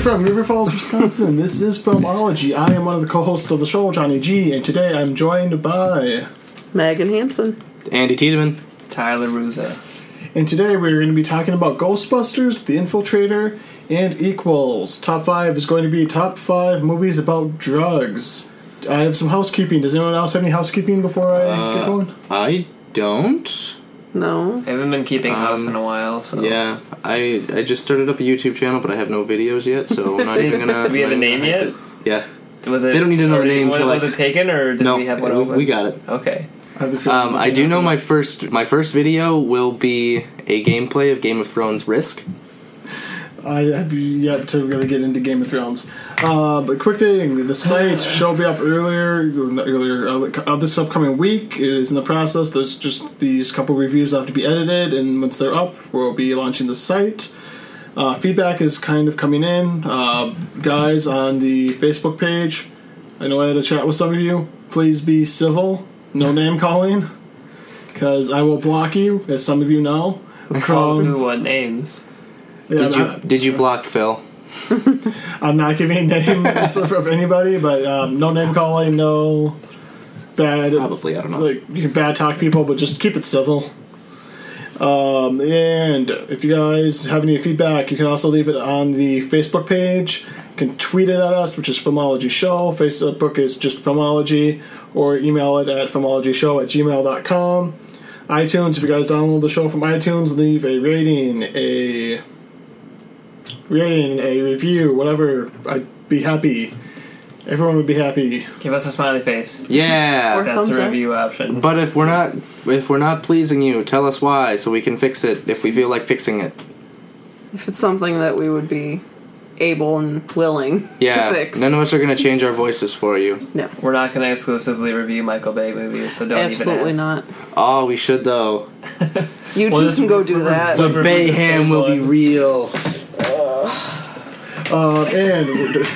from River Falls, Wisconsin. this is Filmology. I am one of the co-hosts of the show, Johnny G, and today I'm joined by. Megan Hampson. Andy Tiedemann. Tyler Ruza. And today we're going to be talking about Ghostbusters, The Infiltrator, and Equals. Top five is going to be top five movies about drugs. I have some housekeeping. Does anyone else have any housekeeping before I get going? I don't. No. I haven't been keeping house in a while, so. Um, Yeah, I I just started up a YouTube channel, but I have no videos yet, so I'm not even gonna. Do we have a I'm not name gonna hype yet? it. Yeah, Was it, They don't need to know the or name Was, till, was like- it taken, or did no, we have one we, open? we got it. Okay. I have the feeling Um, I do know my first my first video will be a gameplay of Game of Thrones Risk. I have yet to really get into Game of Thrones. Uh, but quick thing, the site shall be up earlier, not earlier uh, like, uh, this upcoming week. It is in the process. There's just these couple reviews that have to be edited, and once they're up, we'll be launching the site. Uh, feedback is kind of coming in, uh, guys on the Facebook page. I know I had a chat with some of you. Please be civil, no name calling, because I will block you, as some of you know. Call From, who what names? yeah, Did I- you did you block Phil? I'm not giving names of, of anybody, but um, no name calling, no bad Probably I don't know. like you can bad talk people, but just keep it civil. Um, and if you guys have any feedback, you can also leave it on the Facebook page. You can tweet it at us, which is Filmology Show. Facebook is just Filmology, or email it at filmologyshow at gmail.com. iTunes, if you guys download the show from iTunes, leave a rating, a rating, a review, whatever. I'd be happy. Everyone would be happy. Give us a smiley face. Or- Yeah, That's thumbs a up. review option. but if we're not if we're not pleasing you, tell us why so we can fix it if we feel like fixing it. If it's something that we would be able and willing Yeah, to fix. none of us are gonna change our voices for you. no. We're not going to exclusively review Michael Bay movies, so don't even Absolutely ask. not. Oh, we should though. You Well, two this- can go do that. The Review the Bayham same will be one. real. Uh, and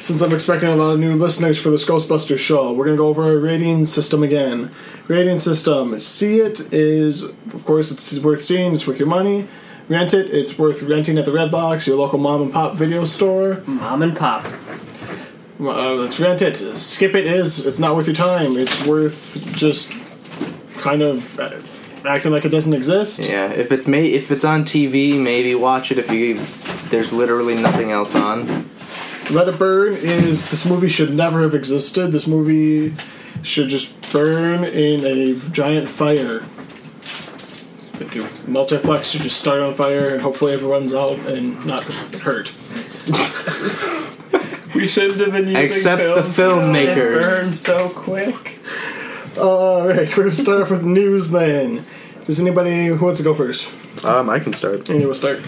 since I'm expecting a lot of new listeners for this Ghostbusters show, we're going to go over our rating system again. Rating system. See it is, of course, it's worth seeing, it's worth your money. Rent it, it's worth renting at the Red Box, your local mom and pop video store. Mom and Pop. Uh, let's rent it. Skip it is, it's not worth your time. It's worth just kind of uh, acting like it doesn't exist. Yeah, if it's may if it's on TV, maybe watch it. If you there's literally nothing else on. Let It Burn is this movie should never have existed. This movie should just burn in a giant fire. Like your multiplex should just start on fire and hopefully everyone's out and not hurt. We shouldn't have been using Except the films, you know, filmmakers. It burned so quick. Alright, we're gonna start off with news then. Does anybody who wants to go first? Um, I can start. Anybody will start.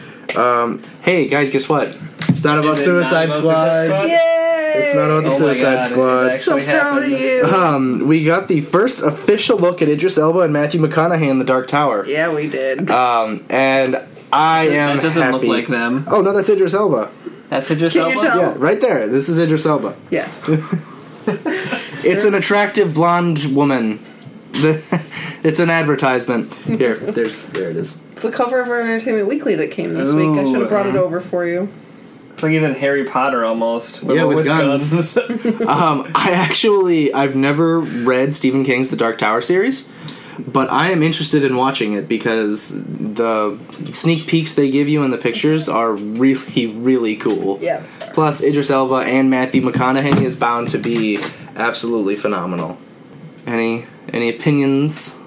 Hey guys, guess what? It's not about Is it Oh, Suicide not about Squad. Suicide Yay! It's not about the Oh my Suicide God, it Squad. so actually proud of happened. you. Um, we got the first official look at Idris Elba and Matthew McConaughey in The Dark Tower. yeah, we did. Uh, Um, and I am That doesn't look happy. like them. Oh no, that's Idris Elba. That's Idris Can you Elba? tell? Yeah, right there. This is Idris Elba. yes. It's an attractive blonde woman. The- it's an advertisement. Here, there's there it is. It's the cover of our Entertainment Weekly that came this week. I should have brought it over for you. It's like he's in Harry Potter almost. Yeah, but with guns. Um, I actually I've never read Stephen King's The Dark Tower series, but I am interested in watching it because the sneak peeks they give you in the pictures are really really cool. Yeah. Plus Idris Elba and Matthew McConaughey is bound to be absolutely phenomenal. Any any opinions?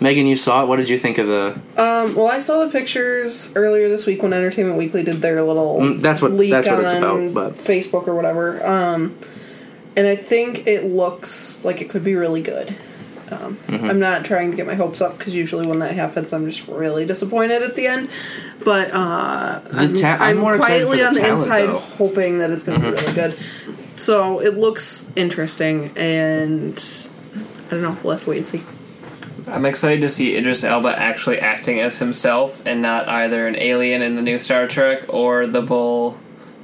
Megan, you saw it. What did you think of the? Um, well, I saw the pictures earlier this week when Entertainment Weekly did their little Mm, that's what- leak that's what on it's about, but- Facebook or whatever. Um, and I think it looks like it could be really good. Um, Mm-hmm. I'm not trying to get my hopes up because usually when that happens, I'm just really disappointed at the end. But uh, I'm, ta- I'm I'm more excited quietly for the on the talent, inside though. Mm-hmm. hoping that it's going to be really good. So it looks interesting, and I don't know. We'll have to wait and see. I'm excited to see Idris Elba actually acting as himself and not either an alien in the new Star Trek or the bull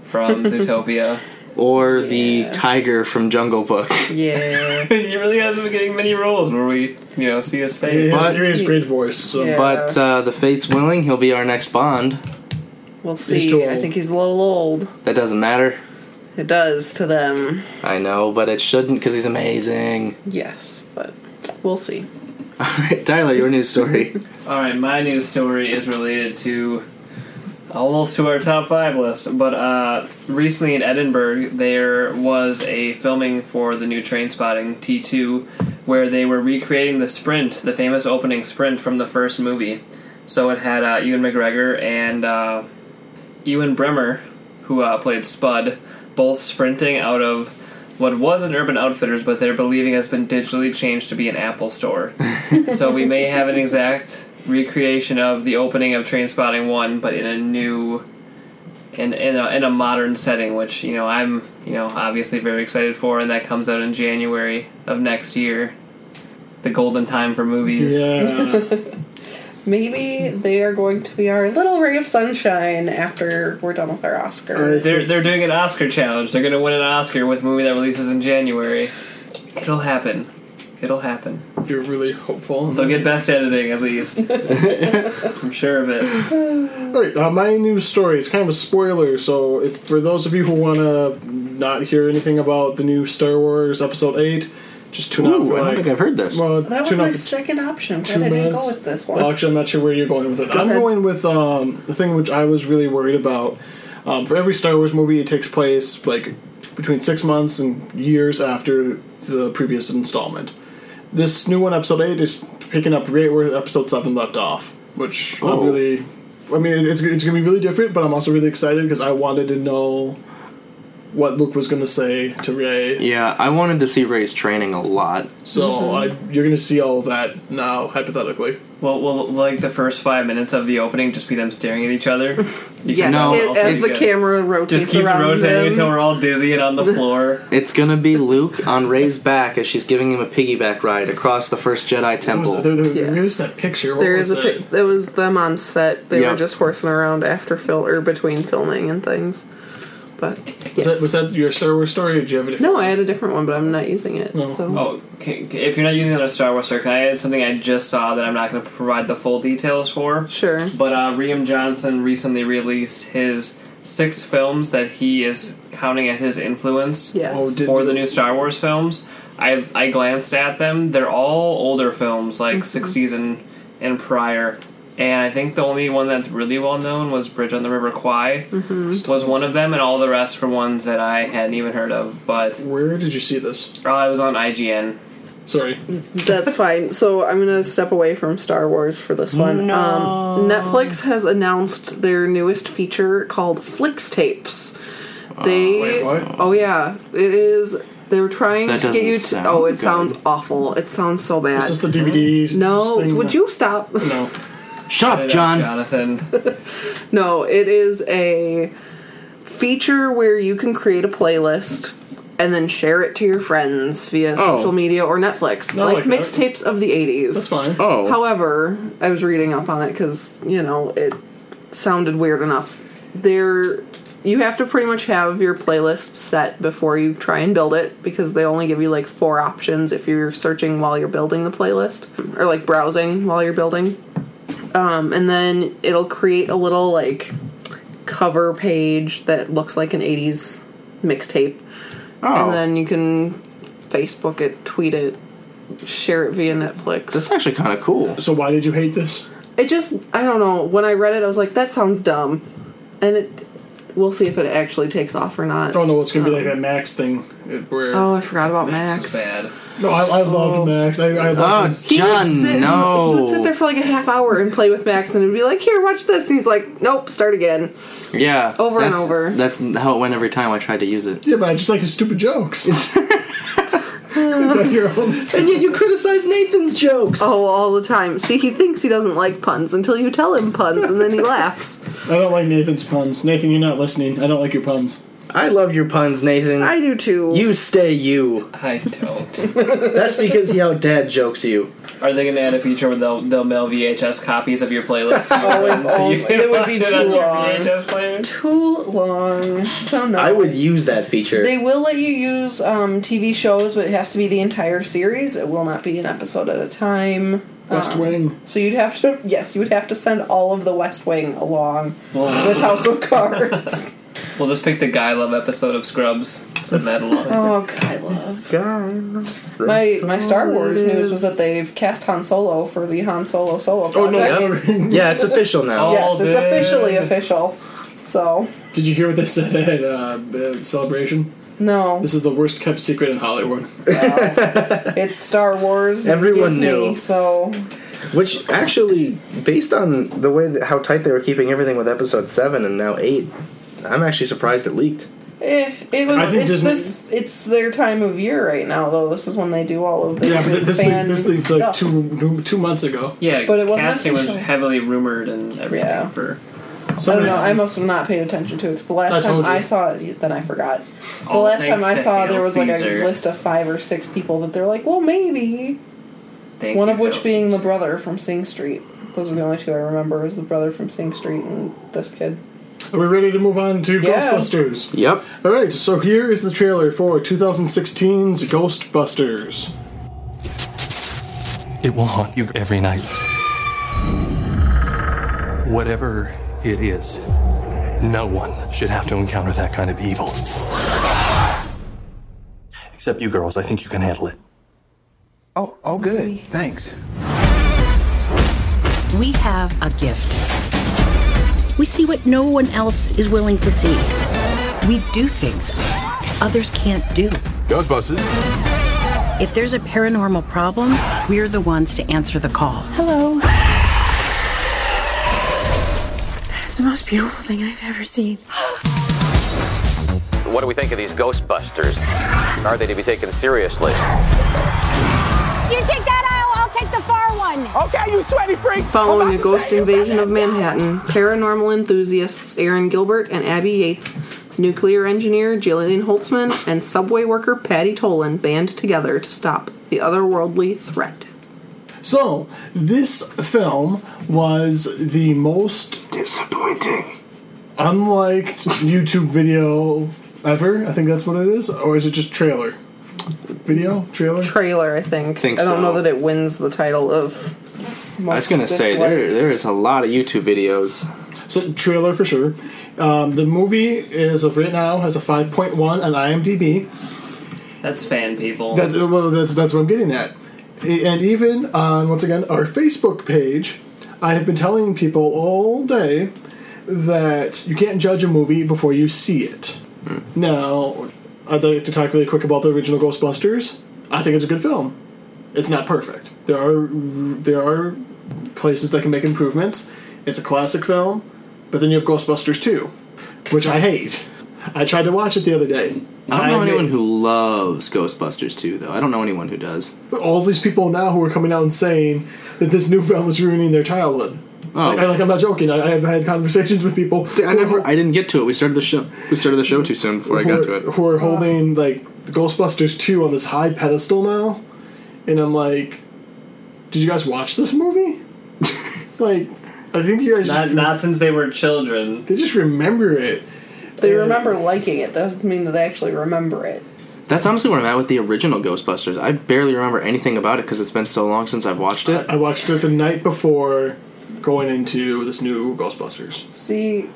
from Zootopia. Or the tiger from Jungle Book. Yeah. he really hasn't been getting many roles where we, you know, see his face. He But- has a great voice, so Yeah. But uh, the fates willing, he'll be our next Bond. We'll He's see. too I old. think he's a little old. That doesn't matter. It does to them. I know, but it shouldn't because he's amazing. Yes, but we'll see. All right, Tyler, your news story. All right, my news story is related to almost to our top five list, but uh, recently in Edinburgh there was a filming for the new Train Spotting T two, where they were recreating the sprint, the famous opening sprint from the first movie. So it had uh, Ewan McGregor and uh, Ewan Bremer, who uh, played Spud, both sprinting out of what was an Urban Outfitters, but they're believing has been digitally changed to be an Apple store. so we may have an exact recreation of the opening of Train Spotting One, but in a new, in in a, in a modern setting, which you know I'm you know obviously very excited for, and that comes out in January of next year. The golden time for movies. Yeah. Maybe they are going to be our little ray of sunshine after we're done with our Oscar. Alright. They're they're doing an Oscar challenge. They're gonna win an Oscar with a movie that releases in January. It'll happen. It'll happen. You're really hopeful. They'll get best editing at least. I'm sure of it. Alright, uh, my news story. It's kind of a spoiler, so if, for those of you who want to not hear anything about the new Star Wars Episode 8, just tune out Ooh, for I don't like. think I've heard this. well, That was tune my out for second option. Why Uh, two did I didn't minutes. go with this Well, one? actually, I'm not sure where you're going with it. I'm ahead. going with um, the thing which I was really worried about. Um, for every Star Wars movie, it takes place like between six months and years after the previous installment. This new one, Episode Eight, is picking up right where Episode Seven left off, which Oh. I'm really. I mean, it's it's gonna be really different, but I'm also really excited because I wanted to know what Luke was gonna say to Ray. Yeah, I wanted to see Ray's training a lot. So Mm-hmm. I, you're gonna see all of that now, hypothetically. Well, will like the first five minutes of the opening just be them staring at each other? Because Yes, No, that'll it, also as be the good. camera rotates just keep around rotating them. until we're all dizzy and on the floor. It's gonna be Luke on Ray's back as she's giving him a piggyback ride across the first Jedi What was temple. it? There, there- there Yes. is that picture. What There was is a. it? Pic- it was them on set. They Yeah. were just horsing around after film or between filming and things. But Was, yes. that, was that your Star Wars story, or did you have a different? no, I had a different one, but I'm not using it. No. So Oh, can, can- if you're not using another Star Wars, sir, can I add something I just saw that I'm not going to provide the full details for? sure. But uh, Riam Johnson recently released his six films that he is counting as his influence Yes. Oh, did- for the new Star Wars films. I I glanced at them. They're all older films, like Mm-hmm. 60s and and prior. And I think the only one that's really well known was Bridge on the River Kwai. Mm-hmm. Was one of them, and all the rest were ones that I hadn't even heard of. But Where did you see this? uh, I was on IGN. Sorry. That's fine. So I'm gonna step away from Star Wars for this one. Uh, Oh. Um, Netflix has announced their newest feature called Flix Tapes. They, Uh, wait, what? oh yeah, it is. They're trying That to get doesn't you to. sound Oh, it good. sounds awful. It sounds so bad. Is this the DVD? no, thing? would you stop? No. Shut up, John. Jonathan. No, it is a feature where you can create a playlist and then share it to your friends via Oh. social media or Netflix, No, I like like that. mixtapes of the 80s. That's fine. Oh, However, I was reading up on it because you know it sounded weird enough. There, you have to pretty much have your playlist set before you try and build it because they only give you like four options if you're searching while you're building the playlist or like browsing while you're building. Um, and then it'll create a little like cover page that looks like an 80s mixtape oh, and then you can facebook it tweet it share it via netflix that's actually kind of cool. So why did you hate this? it just I don't know. When I read it, I was like, that sounds dumb, and it. We'll see if it actually takes off or not. Oh no, it's gonna be like that Max thing. it- Where Oh, I forgot about It's Max. bad. no, I, I love Max. I, I love Oh, his- He would John, sit- He would sit there no. for like a half hour and play with Max, and it'd be like, "Here, watch this." And he's like, "Nope, start again." Yeah, Over and that's- over. That's how it went every time I tried to use it. Yeah, but I just like his stupid jokes. Your own- And yet you criticize Nathan's jokes. Oh, all the time. See, he thinks he doesn't like puns until you tell him puns, and then he laughs. I don't like Nathan's puns. Nathan, you're not listening. I don't like your puns. I love your puns, Nathan. I do too. you stay you. I don't. That's because he how dad jokes you. Are they going to add a feature where they'll, they'll mail VHS copies of your playlist? Oh, if only- it would be Watch it too on your long. VHS player? Too long. So no. use that feature. They will let you use um, TV shows, but it has to be the entire series. It will not be an episode at a time. West Wing. So you'd have to, yes, you would have to send all of the West Wing along with We'll, House of Cards. we'll just pick the Guy Love episode of Scrubs. Send that along. oh God, I love my my Star Wars news was that they've cast Han Solo for the Han Solo solo Oh no! project. that's- Yeah, it's official now. Oh. yes, it's Alden. officially official. So Did you hear what they said at uh, uh, Celebration? no, This is the worst kept secret in Hollywood. it's Star Wars. and Everyone Disney, knew. So Which actually, based on the way that, how tight they were keeping everything with episode seven and now eight, I'm actually surprised it leaked. eh, it was. I think It's Disney- this. It's their time of year right now, though. This is when they do all of the Yeah, but this thing, fan this thing's stuff. like two two- two months ago. Yeah, But it wasn't casting was official. heavily rumored and everything Yeah. for I don't Somebody- know. I must have not paid attention to it. 'cause The last I time told I you. saw it, then I forgot. The all last thanks time I to saw, there Hail was like Caesar. a list of five or six people that they're like, well, maybe. Thank One you, of which Hail being the Caesar. brother from Sing Street. Those are the only two I remember: is the brother from Sing Street and this kid. Are we ready to move on to Yeah. Ghostbusters? Yep. All right, so here is the trailer for 2016's Ghostbusters. It will haunt you every night. Whatever it is, no one should have to encounter that kind of evil. Except you girls, I think you can handle it. Oh, oh, good. Thanks. We have a gift. We see what no one else is willing to see. We do things others can't do. Ghostbusters. If there's a paranormal problem, we're the ones to answer the call. Hello. That's the most beautiful thing I've ever seen. What do we think of these Ghostbusters? Are they to be taken seriously? You take that aisle, I'll take the far one. Following a ghost invasion of Manhattan, paranormal enthusiasts Aaron Gilbert and Abby Yates, nuclear engineer Jillian Holtzman, and subway worker Patty Tolan band together to stop the otherworldly threat. So this film was the most Disappointing. unliked YouTube video ever. I think that's what it is, or is it just trailer? Video trailer. Trailer, I think. Think I don't so. know that it wins the title of. I was gonna say there there is a lot of YouTube videos. So trailer for sure. Um, the movie as of right now has a 5.1 on IMDb. That's fan people. That's well, that's that's what I'm getting at. E- And even on once again our Facebook page, I have been telling people all day that you can't judge a movie before you see it. Hmm. Now, I'd like to talk really quick about the original Ghostbusters. I think it's a good film. It's not perfect. There are there are places that can make improvements. It's a classic film, but then you have Ghostbusters 2, which I hate. I tried to watch it the other day. I don't know hate- anyone who loves Ghostbusters 2, though. I don't know anyone who does. all these people now who are coming out and saying that this new film is ruining their childhood. Oh. Like, I- like, I'm not joking. I, I have had conversations with people. See, I who- never, I didn't get to it. We started the show. We started the show too soon before I who, got are, to it. who are holding like Ghostbusters 2 on this high pedestal now, and I'm like, did you guys watch this movie? like, I think you guys not, just, not since they were children. they just remember it. They remember liking it. That doesn't mean that they actually remember it. That's honestly where I'm at with the original Ghostbusters. I barely remember anything about it because it's been so long since I've watched it. I watched it the night before going into this new Ghostbusters. See,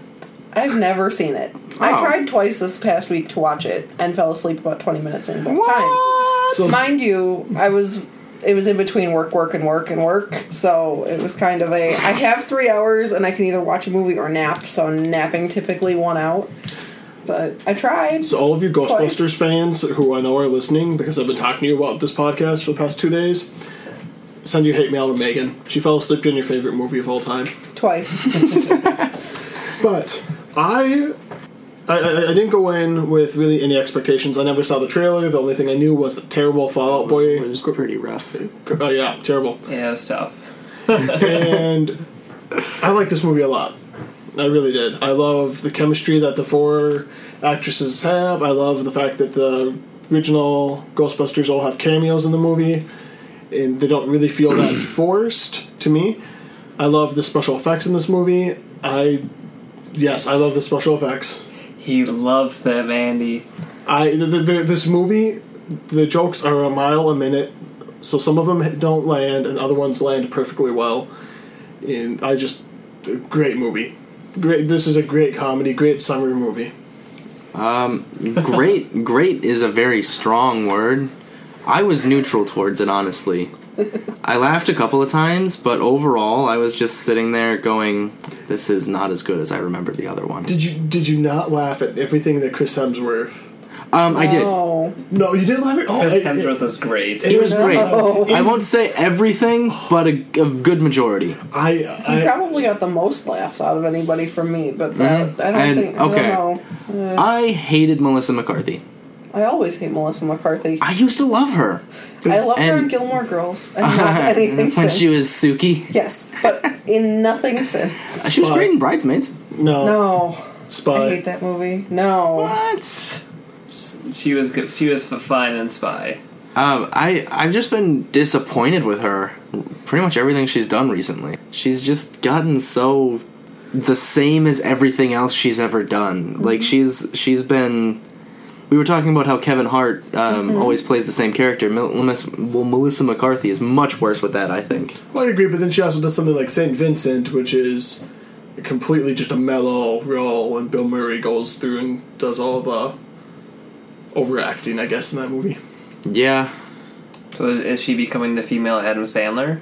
I've never seen it. I Oh. tried twice this past week to watch it and fell asleep about 20 minutes in both times. So Mind you, I was it was in between work, work, and work, and work. So it was kind of a I have three hours and I can either watch a movie or nap. So napping typically one out. But I tried. So all of you Ghostbusters Twice. fans who I know are listening, because I've been talking to you about this podcast for the past two days, send you hate mail to Megan. She fell asleep during your favorite movie of all time. Twice. But I, I, I I didn't go in with really any expectations. I never saw the trailer. The only thing I knew was the terrible Fallout Boy. It was pretty rough. Oh yeah, terrible. Yeah, it was tough. and I like this movie a lot. I really did. I love the chemistry that the four actresses have. I love the fact that the original Ghostbusters all have cameos in the movie, and they don't really feel that forced to me. I love the special effects in this movie. I, yes, I love the special effects. He loves them, Andy. I th th th this movie, the jokes are a mile a minute So some of them don't land, and other ones land perfectly well. And I just great movie. Great. This is a great comedy. Great summer movie. Um, great, great is a very strong word. I was neutral towards it, honestly. I laughed a couple of times, but overall, I was just sitting there going, "This is not as good as I remember the other one." Did you did you not laugh at everything that Chris Hemsworth? Um, I did. Oh, No, you didn't laugh at oh, all. Chris It- Hemsworth it- was great. He was great. No. I won't say everything, but a, a good majority. I, he I probably got the most laughs out of anybody from me, but that, Mhm. I don't And- think. okay. I don't know. Uh, I hated Melissa McCarthy. I always hate Melissa McCarthy. I, I used to love her. love her in and- Gilmore Girls and not anything when since. she was Suki. yes, but in nothing since. She was Spy. great in Bridesmaids. no, No, I spy. hate that movie. No, What? She was good. She was f- fine in Spy. Um, I I've just been disappointed with her. Pretty much everything she's done recently. She's just gotten so the same as everything else she's ever done. Like Mm-hmm. she's she's been. We were talking about how Kevin Hart um, Mm-hmm. always plays the same character. Mel- Melissa, well, Melissa McCarthy is much worse with that, I think. Well, I agree, but then she also does something like Saint Vincent, which is completely just a mellow role, and Bill Murray goes through and does all the overacting, I guess, in that movie. Yeah. So is- is she becoming the female Adam Sandler?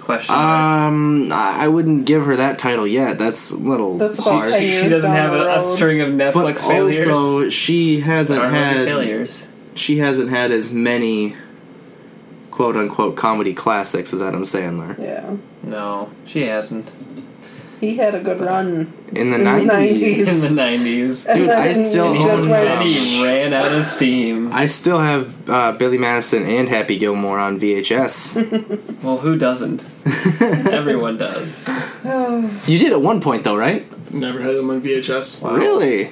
Question. mark. Um, I I wouldn't give her that title yet. That's a little That's about hard. ten years Uh, she doesn't down have the a, a road. string of Netflix but failures. also, she hasn't Or had failures. she hasn't had as many quote unquote comedy classics as Adam Sandler. Yeah, No, she hasn't. he had a good run. In the In the nineties. In the nineties, Dude, I still he own just went. that. and he ran out of steam. I still have uh, Billy Madison and Happy Gilmore on VHS. Well, who doesn't? Everyone does. you did at one point though, right? Never had them on VHS. Really?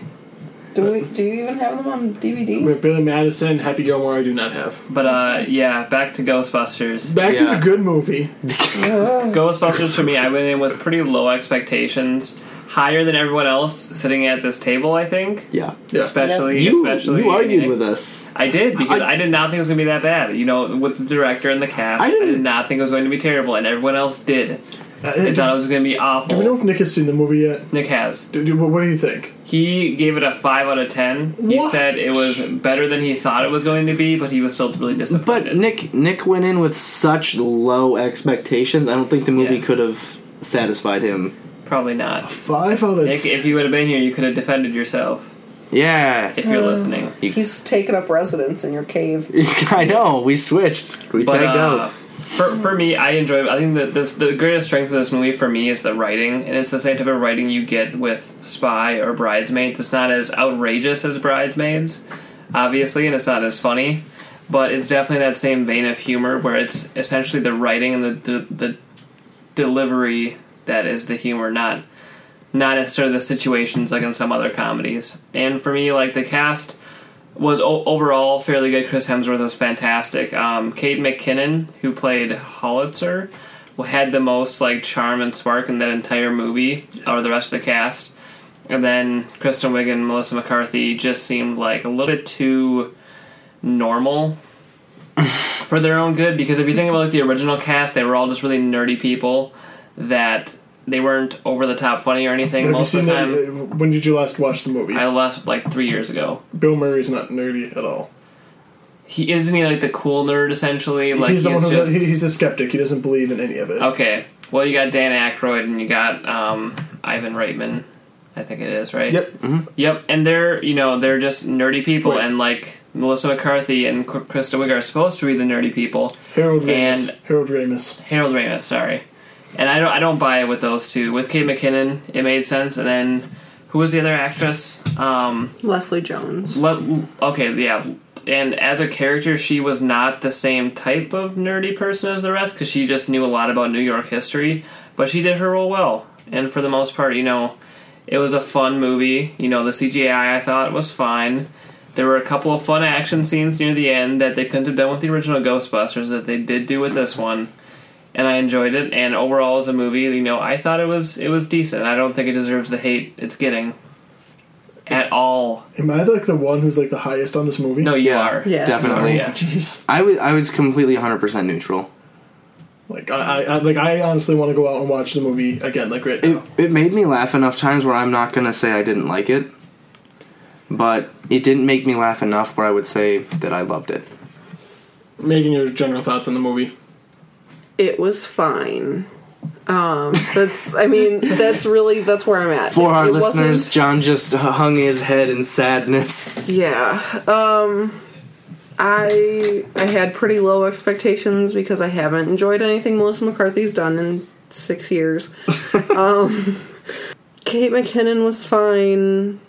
Do we? Do you even have them on We DVD? have Billy Madison, Happy Gilmore. I do not have. But uh, yeah, back to Ghostbusters. Back to Yeah. the good movie. Ghostbusters for me, I went in with pretty low expectations, higher than everyone else sitting at this table. I think, Yeah. Yeah. especially You especially you argued Nick. with us. I did because I- I, did not think it was going to be that bad. You know, with the director and the cast, I I, didn't- did not think it was going to be terrible, and everyone else did. Uh, They do, thought it was going to be do awful. we know if Nick has seen the movie yet? Nick has. Do, do, what do you think? He gave it a five out of ten. He What? said it was better than he thought it was going to be, but he was still really disappointed. But Nick Nick went in with such low expectations. I don't think the movie Yeah. could have satisfied him. probably not. Five out of Nick, ten. if you would have been here, you could have defended yourself. Yeah. If you're listening, He's taken up residence in your cave. I know. We switched. We but tagged uh, out. for for me, I enjoy. I think that this, the greatest strength of this movie for me is the writing, and it's the same type of writing you get with Spy or Bridesmaids. It's not as outrageous as Bridesmaids, obviously, and it's not as funny, but it's definitely that same vein of humor where it's essentially the writing and the the, the delivery that is the humor, not not necessarily the situations like in some other comedies. And for me, like the cast was o- overall fairly good. Chris Hemsworth was fantastic. Um, Kate McKinnon, who played Hollitzer, had the most like charm and spark in that entire movie, out of the rest of the cast. And then Kristen Wiig and Melissa McCarthy just seemed like a little bit too normal for their own good. Because if you think about like the original cast, they were all just really nerdy people that they weren't over the top funny or anything Have you most of seen the that? time. uh, When did you last watch the movie? I left like three years ago. Bill Murray's not nerdy at all. He isn't he like the cool nerd essentially? Like he's he's, the one who just does, he- he's a skeptic. He doesn't believe in any of it. okay. Well, you got Dan Aykroyd and you got um, Ivan Reitman, I think it is right. Yep. Yep. And they're you know they're just nerdy people Right. and like Melissa McCarthy and K- Krista Wiig are supposed to be the nerdy people. Harold Ramis. And- Harold Ramis. Harold Ramis, sorry. And I don't I don't buy it with those two. With Kate McKinnon, it made sense. And then who was the other actress? Um, Leslie Jones. Le- okay, yeah. And as a character, she was not the same type of nerdy person as the rest because she just knew a lot about New York history. But she did her role well, and for the most part, you know, it was a fun movie. You know, the CGI I thought was fine. There were a couple of fun action scenes near the end that they couldn't have done with the original Ghostbusters that they did do with this one, and I enjoyed it. And overall, as a movie, you know, I thought it was it was decent. I don't think it deserves the hate it's getting at all. Am I like the one who's like the highest on this movie? Oh, No, you are. Yes. Definitely. Sorry, yeah. Jeez. I was I was completely 100% neutral. Like I, I, I like I honestly want to go out and watch the movie again. Like right It now. it made me laugh enough times where I'm not going to say I didn't like it. But it didn't make me laugh enough where I would say that I loved it. Making your general thoughts on the movie. It was fine. Um, that's. I mean, that's really that's where I'm at. For our It wasn't- listeners, John just hung his head in sadness. Yeah. Um I I had pretty low expectations because I haven't enjoyed anything Melissa McCarthy's done in 6 years. um Kate McKinnon was fine.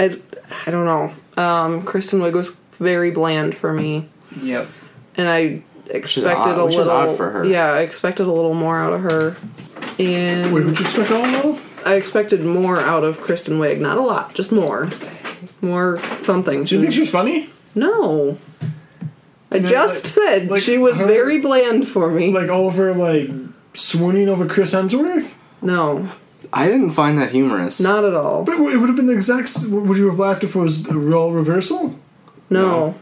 I I don't know. Um Kristen Wiig was very bland for me Yep. and I expected odd- a which little is odd for her. Yeah, I expected a little more out of her. And Wait, would you expect all of? I expected more out of Kristen Wiig, not a lot, just more. More something. Do you think she was funny? No. I then, just like- said like she was her- very bland for me. Like all of her like swooning over Chris Hemsworth. no, I didn't find that humorous. not at all. But it would have been the exact. s- Would you have laughed if it was a role reversal? No.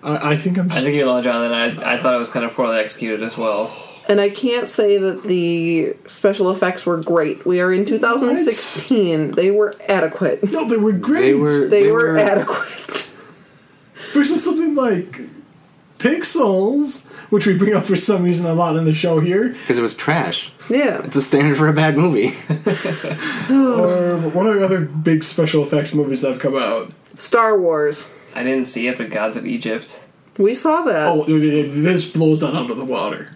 I, I think I'm. I Just, think you're long John, and I, I thought it was kind of poorly executed as well. And I can't say that the special effects were great. We are in 2016. They were adequate. no, they were great. They were They, were, adequate. versus something like Pixels, which we bring up for some reason a lot in the show here, because it was trash. yeah. It's a standard for a bad movie. or what are other big special effects movies that have come out? Star Wars. I didn't see it, but Gods of Egypt. We saw that. Oh, this blows that out of the water.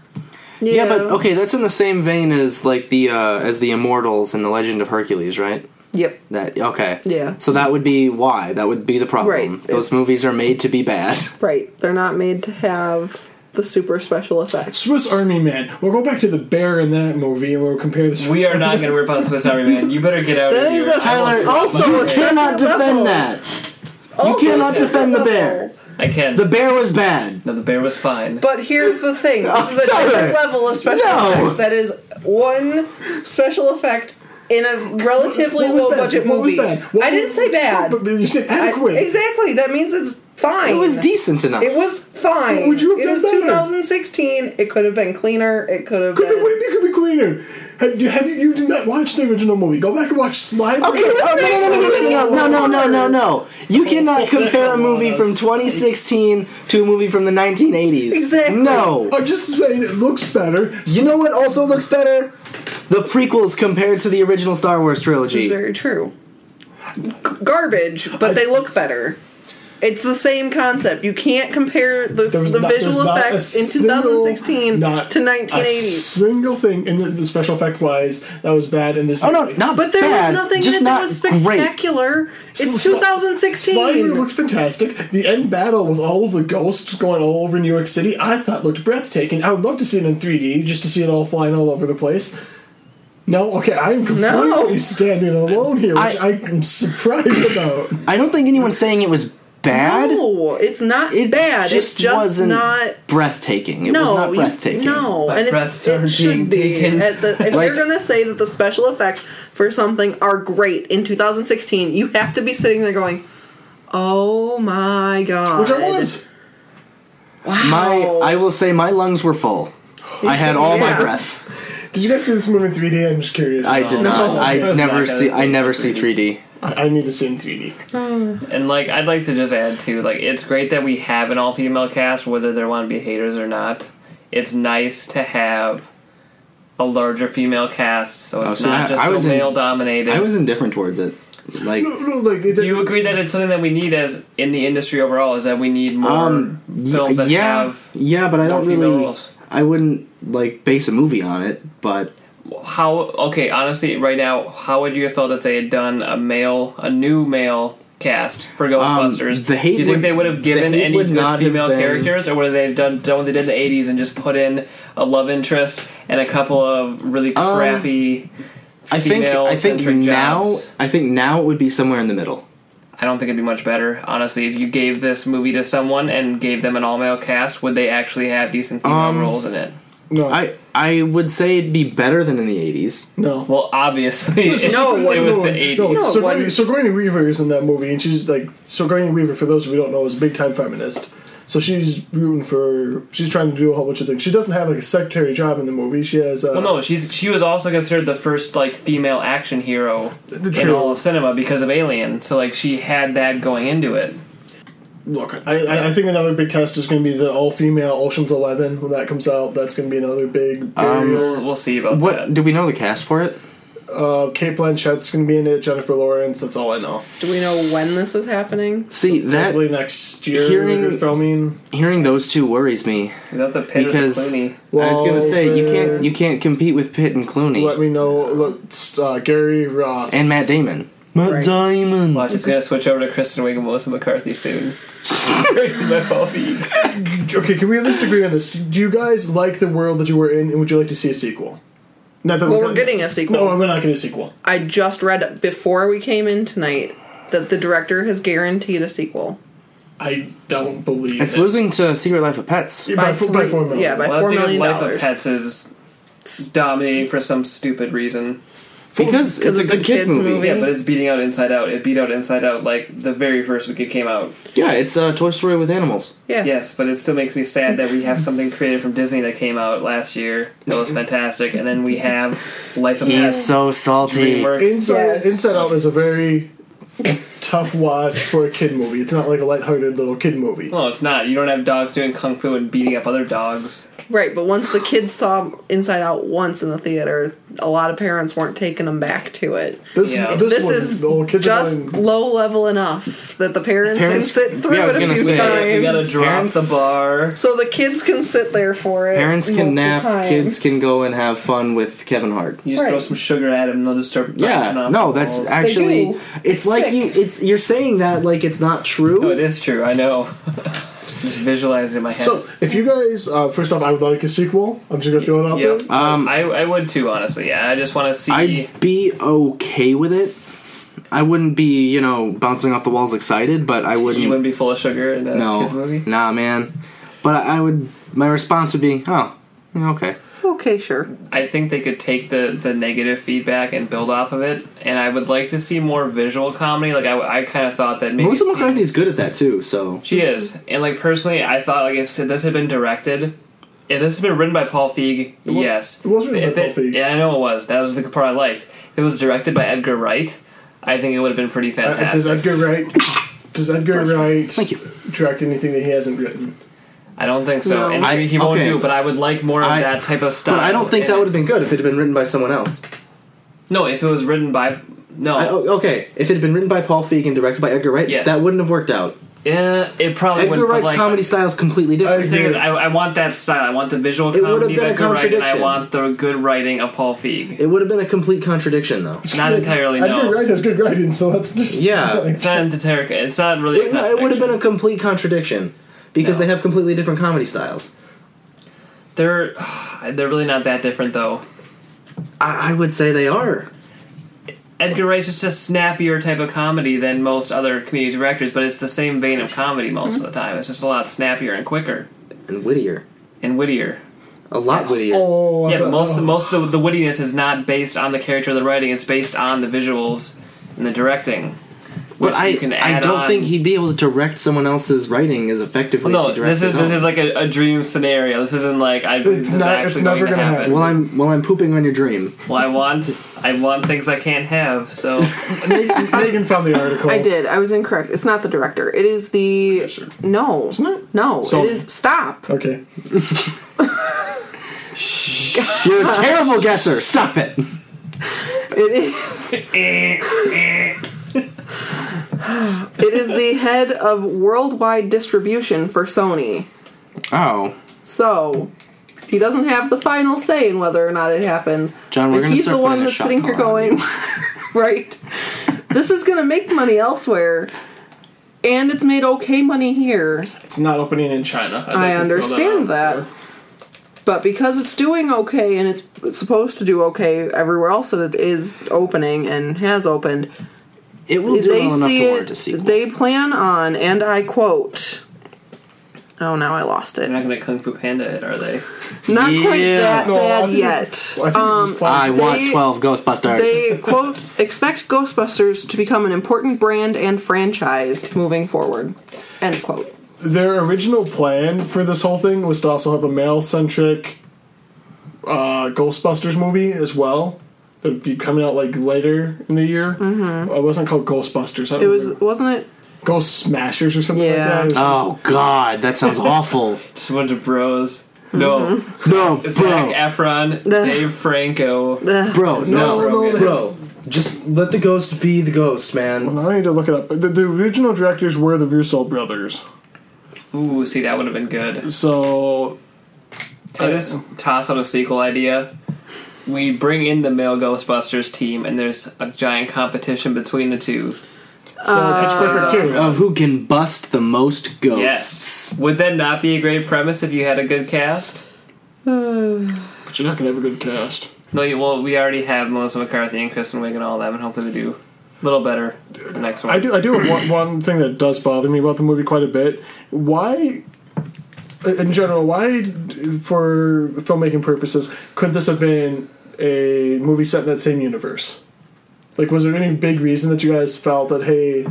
yeah. Yeah, but okay, that's in the same vein as like the uh, as the Immortals and the Legend of Hercules, right? Yep. That okay. Yeah. So that would be why that would be the problem. Right, Those it's- movies are made to be bad. Right. They're not made to have the super special effects. Swiss Army Man. We'll go back to the bear in that movie, and we'll compare this. We are not going to rip on Swiss Army Man. You better get out of That here. is a- I won't- also a you cannot separate level. defend that. You Also cannot separate defend the bear. level. I can. The bear was bad. no, the bear was fine. But here's the thing: this is a Tyler! different level of special No! effects. That is one special effect in a relatively What was low bad? budget What was movie. bad? What I was- didn't say bad. But you said I- adequate. exactly. That means it's fine. It was decent enough. It was fine. What would you have it done was better? 2016. It could have been cleaner. It could have Could be, been. what do you mean could be cleaner? Have you, have you, you did not watch the original movie. Go back and watch Slime. Okay, oh, no, no, no, no, no, no, no, no, no, no, no. You cannot compare a movie from 2016 to a movie from the 1980s. Exactly. No. I'm just saying it looks better. You know what also looks better? The prequels compared to the original Star Wars This is trilogy. very true. G- garbage, but they look better. It's the same concept. You can't compare the, There was the not- visual there's not a effects in single- 2016 not to A 1980. single thing in the, the special effect wise that was bad in this. Oh no, movie. not But there bad, was nothing just in it that not was great. spectacular. It's Sli- 2016. Slimer looked fantastic. The end battle with all of the ghosts going all over New York City, I thought looked breathtaking. I would love to see it in 3D just to see it all flying all over the place. No, okay, I'm completely standing alone here, which I, I- am surprised about. I don't think anyone's saying it was bad. no, it's not It bad. just it's just wasn't not. breathtaking. It No, was not you- breathtaking. no, My and it's, breaths aren't it should being be. taken. At the, if Like- you're gonna say that the special effects for something are great in 2016, you have to be sitting there going, "Oh my god!" Which I was. My, I will say, my lungs were full. I had all my Yeah. breath. Did you guys see this movie in 3D? I'm just curious. I did not. I It's not never gonna see. I be never 3D. see 3D. I, I need to see it in 3D. And like, I'd like to just add too, like, it's great that we have an all female cast, whether there want to be haters or not. It's nice to have a larger female cast, so it's so not Oh, I- just I was so in- male dominated. I was indifferent towards it. Like, No, no, like, it, Do you agree that it's something that we need as in the industry overall? Is that we need more um, films y- that yeah, have yeah, but I more don't female really. roles? I wouldn't like base a movie on it, but how? Okay, honestly, right now, how would you have felt if they had done a male, a new male? Cast for Ghostbusters. Um, the hate Do you think would- they would have the given hate any would not good have female been- characters, or would they have done, done what they did in the '80s and just put in a love interest and a couple of really Um, crappy I think female I think centric now jobs? I think now it would be somewhere in the middle. I don't think it'd be much better, honestly. If you gave this movie Um, to someone and gave them an all male cast, would they actually have decent female roles in it? no, I I would say it'd be better than in the eighties. No. Well, obviously, Listen, it, Sigourney- it was no, the No, 80s. No, it Sigourney, wasn't. Sigourney Weaver is in that movie, and she's like Sigourney Weaver. For those who don't know, is a big time feminist. So she's rooting for. She's trying to do a whole bunch of things. She doesn't have like a secretary job in the movie. She has. Uh, Well, no, she's she was also considered the first like female action hero in true. all of cinema because of Alien. So like she had that going into it. Look, I- I, I think another big test is going to be the all female Ocean's Eleven when that comes out. That's going to be another big. barrier. Um, We'll, we'll see about Mm. What that. do we know the cast for it? uh, Kate Blanchett's going to be in it. Jennifer Lawrence. That's all I know. Do we know when this is happening? See that Possibly next year Uh, hearing- they're filming. hearing those two worries me Without the pit because of Clooney. I was gonna say you Well, can't you can't compete with Pitt and Clooney Let me know. Look, uh, Gary Ross and Matt Damon. Matt Right. Damon. Watch, it's gonna switch over to Kristen Wiig and Melissa McCarthy soon. My fall feed. Okay, can we at least agree on this? Do you guys like the world that you were in, and would you like to see a sequel? Not that Well, we're getting a sequel. No, we're not getting a sequel. I just read before we came in tonight that the director has guaranteed a sequel. I don't believe It's it. losing to Secret Life of Pets. Yeah, by, f- by three- four million. Yeah, by Well, I four think million Life of dollars. Pets is dominating for some stupid reason. Because it's, a good kids, movie. Yeah, but it's beating out Inside Out. It beat out Inside Out like the very first week it came out. Yeah, it's uh, Toy Story with animals. yeah. Yes, but it still makes me sad that we have something created from Disney that came out last year that was fantastic, and then we have Life of Pets. so salty. DreamWorks. Inside Yes. Inside Out is a very tough watch for a kid movie. It's not like a lighthearted little kid movie. No, it's not. You don't have dogs doing kung fu and beating up other dogs. Right, but once the kids saw Inside Out once in the theater, a lot of parents weren't taking them back to it. This Yeah. this, This one, the little is kids just are going, low level enough that the parents, Parents- can sit through yeah, I was it a gonna few say, We gotta times. drop Parents- the bar. So the kids can sit there for it. Parents multiple can nap, times. kids can go and have fun with Kevin Hart. You just throw Right. some sugar at them, and they'll just start. bouncing Yeah, off no, the that's walls. actually do. it's like you it's you're saying that like it's not true. No, it is true. I know. just visualize it in my head. So, if you guys, uh, first off, I would like a sequel. I'm just gonna throw it out Yep. there. Um, I, I would too, honestly. Yeah, I just want to see. I'd be okay with it. I wouldn't be, you know, bouncing off the walls excited, but I wouldn't. you wouldn't be full of sugar in a kids no, movie. nah, man. But I, I would. My response would be, oh, yeah, okay. Okay, sure. I think they could take the the negative feedback and build off of it. And I would like to see more visual comedy. Like I, I kind of thought that maybe Melissa seeing- McCarthy's good at that too, so She is, and like personally, I thought like if this had been directed, if this had been written by Paul Feig, wa- yes, it was written If by Paul Feig. Yeah, I know it was. That was the part I liked. If it was directed by Edgar Wright, I think it would have been pretty Uh, does fantastic. Edgar Wright? Does Edgar Wright Thank you. direct anything that he hasn't written? I don't think so, No. and maybe I- he won't okay. do. it, But I would like more of I- that type of stuff. But I don't think that would have been good if it had been written by someone else. No, if it was written by no, I, oh, okay, if it had been written by Paul Feig and directed by Edgar Wright, Yes. that wouldn't have worked out. yeah, it probably Edgar wouldn't. but, Wright's like, comedy style is completely The different. thing is, I, I want that style. I want the visual It would have comedy of been a Edgar Wright, and I contradiction. want the good writing of Paul Feig. it would have been a complete contradiction, though. Not entirely, Edgar no. Wright has good writing, so that's just Yeah. It's not entirely. It's not really. a It, no, it would have contradiction. been a complete contradiction because No. they have completely different comedy styles. They're they're really not that different though. I, I would say they are. Edgar Wright's just a snappier type of comedy than most other comedic directors, but it's the same vein of comedy most of the time. It's just a lot snappier and quicker and wittier, and wittier. a lot wittier. Oh, I Yeah, but thought- most oh. most of the, the wittiness is not based on the character of the writing; it's based on the visuals and the directing. but which I, you can I add don't on- think he'd be able to direct someone else's writing as effectively. as No, he directs this is his this own. is like a, a dream scenario. This isn't like I. this is not- actually it's never going to gonna happen. happen. Well, I'm well, I'm pooping on your dream. Well, I want I want things I can't have. So Megan, Megan found the article. I did. I was incorrect. It's not the director. It is the no. Isn't it? No. So- it is stop. Okay. You're a terrible guesser. Stop it. It is. it is the head of worldwide distribution for Sony. Oh, So he doesn't have the final say in whether or not it happens. John, we're but gonna he's start the one putting a that's shot sitting here collar on going, right? This is gonna make money elsewhere, and it's made okay money here. It's not opening in China. I'd I like to throw understand out that. But because it's doing okay and it's it's supposed to do okay everywhere else that it is opening and has opened, it will do they well enough see to warrant it. a sequel. They plan on, and I quote, Oh, now I lost it. They're not going to Kung Fu Panda it, are they? Not quite Yeah. that No, I bad think- yet. I think it was um, plausible. I want They- 12 Ghostbusters. they quote expect Ghostbusters to become an important brand and franchise moving forward. End quote. their original plan for this whole thing was to also have a male centric uh, Ghostbusters movie as well. That would be coming out like later in the year. Mm-hmm. It wasn't called Ghostbusters. I don't It was remember. wasn't it? Ghost Smashers or something Yeah. like that. Or oh, God, that sounds awful. Just a bunch of bros. No, No, Zach bro. Efron, Dave Franco. Bro, no. no, no. Bro, just let the ghost be the ghost, man. something. I need to look it up. The, the original directors were the Russo brothers. Ooh, see, that would have been good. So I just toss out a sequel idea. We bring in the male Ghostbusters team, and there's a giant competition between the two. so Uh, Pitch Perfect two. Of Uh, who can bust the most ghosts. Yes. Would that not be a great premise if you had a good cast? but you're not gonna have a good cast. No, you, well, we already have Melissa McCarthy and Kristen Wiig and all them, and hopefully they do a little better the next one. I do. I do have one, one thing that does bother me about the movie quite a bit. Why, in general, why, for filmmaking purposes, could this have been a movie set in that same universe? Like, was there any big reason that you guys felt that hey,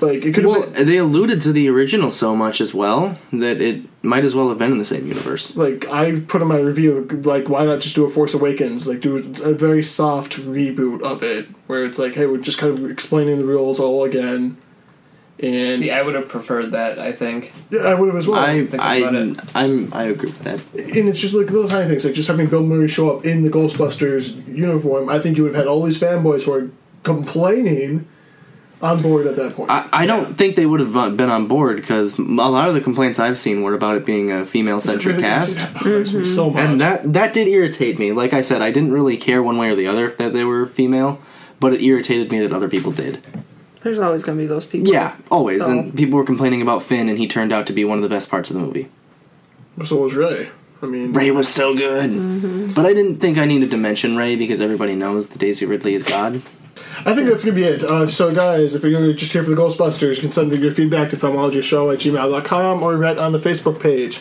like it could Well, have been they alluded to the original so much as well that it might as well have been in the same universe. like I put in my review like why not just do a Force Awakens like do a very soft reboot of it where it's like hey we're just kind of explaining the rules all again. And See, I would have preferred that, I think. Yeah, I would have as well. I, think I, about it. I'm, I agree with that. and it's just like little tiny things, like just having Bill Murray show up in the Ghostbusters uniform. I think you would have had all these fanboys who are complaining on board at that point. I, I don't think they would have uh, been on board because a lot of the complaints I've seen were about it being a female centric cast. That bothers me so much. Mm-hmm. And that that did irritate me. Like I said, I didn't really care one way or the other if that they were female, but it irritated me that other people did. There's always going to be those people. Yeah, always. So- And people were complaining about Finn, and he turned out to be one of the best parts of the movie. so was Ray. I mean, Ray was so good, but I didn't think I needed to mention Ray because everybody knows that Daisy Ridley is God. I think that's gonna be it. Uh, so, guys, if you're just here for the Ghostbusters, you can send your feedback to filmologyshow at gmail.com or right on the Facebook page.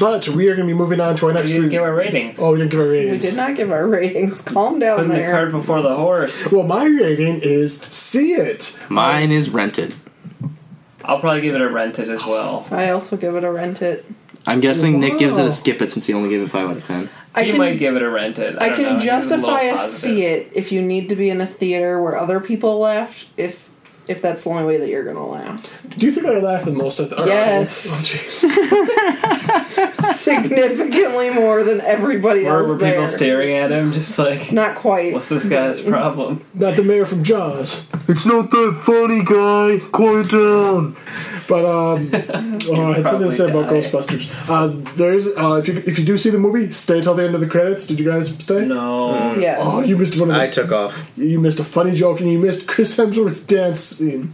But we are gonna be moving on to our next. You didn't re- give our ratings. oh, we didn't give our ratings. We did not give our ratings. Calm down Putting the there. cart before the horse. Well, my rating is see it. Mine is rented. I'll probably give it a rented as well. I also give it a rent it. I'm guessing Nick gives it Wow. a skip it since he only gave it five out of ten. I he can, might give it a rented. I, I don't can know. He was a little justify a positive. see it if you need to be in a theater where other people laugh. If if that's the only way that you're gonna laugh, Do you think I laughed the most at the our Yes. audience? Oh, jeez. significantly more than everybody Or else were there. Mm-hmm. people staring at him just like, Not quite. what's this guy's problem? Not the mayor from Jaws. It's not that funny, guy. Quiet down. But um, oh, I had something to say about die. Ghostbusters. Uh, there's uh, if you if you do see the movie, stay till the end of the credits. Did you guys stay? No. Yes. Oh, you missed one of the, took off. you missed a funny joke and you missed Chris Hemsworth's dance scene.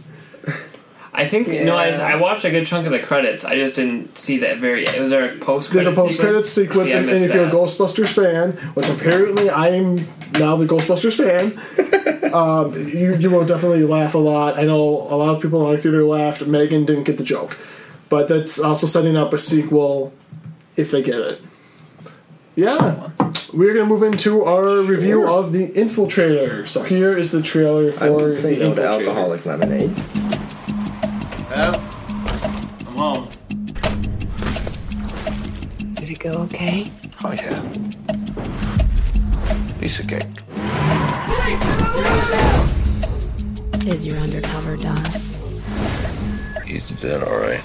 I think no. I, I watched a good chunk of the credits. I just didn't see that very. It was there a post. There's a post credits sequence, and, and if you're a Ghostbusters fan, which apparently I am now the Ghostbusters fan, um, you you will definitely laugh a lot. I know a lot of people in our theater laughed. Megan didn't get the joke, but that's also setting up a sequel if they get it. Yeah, we're gonna move into our review of the Infiltrator. So here is the trailer for the Infiltrator. lemonade. Did it go okay? Oh, yeah. Piece of cake. Is your undercover Don? He's dead, all right.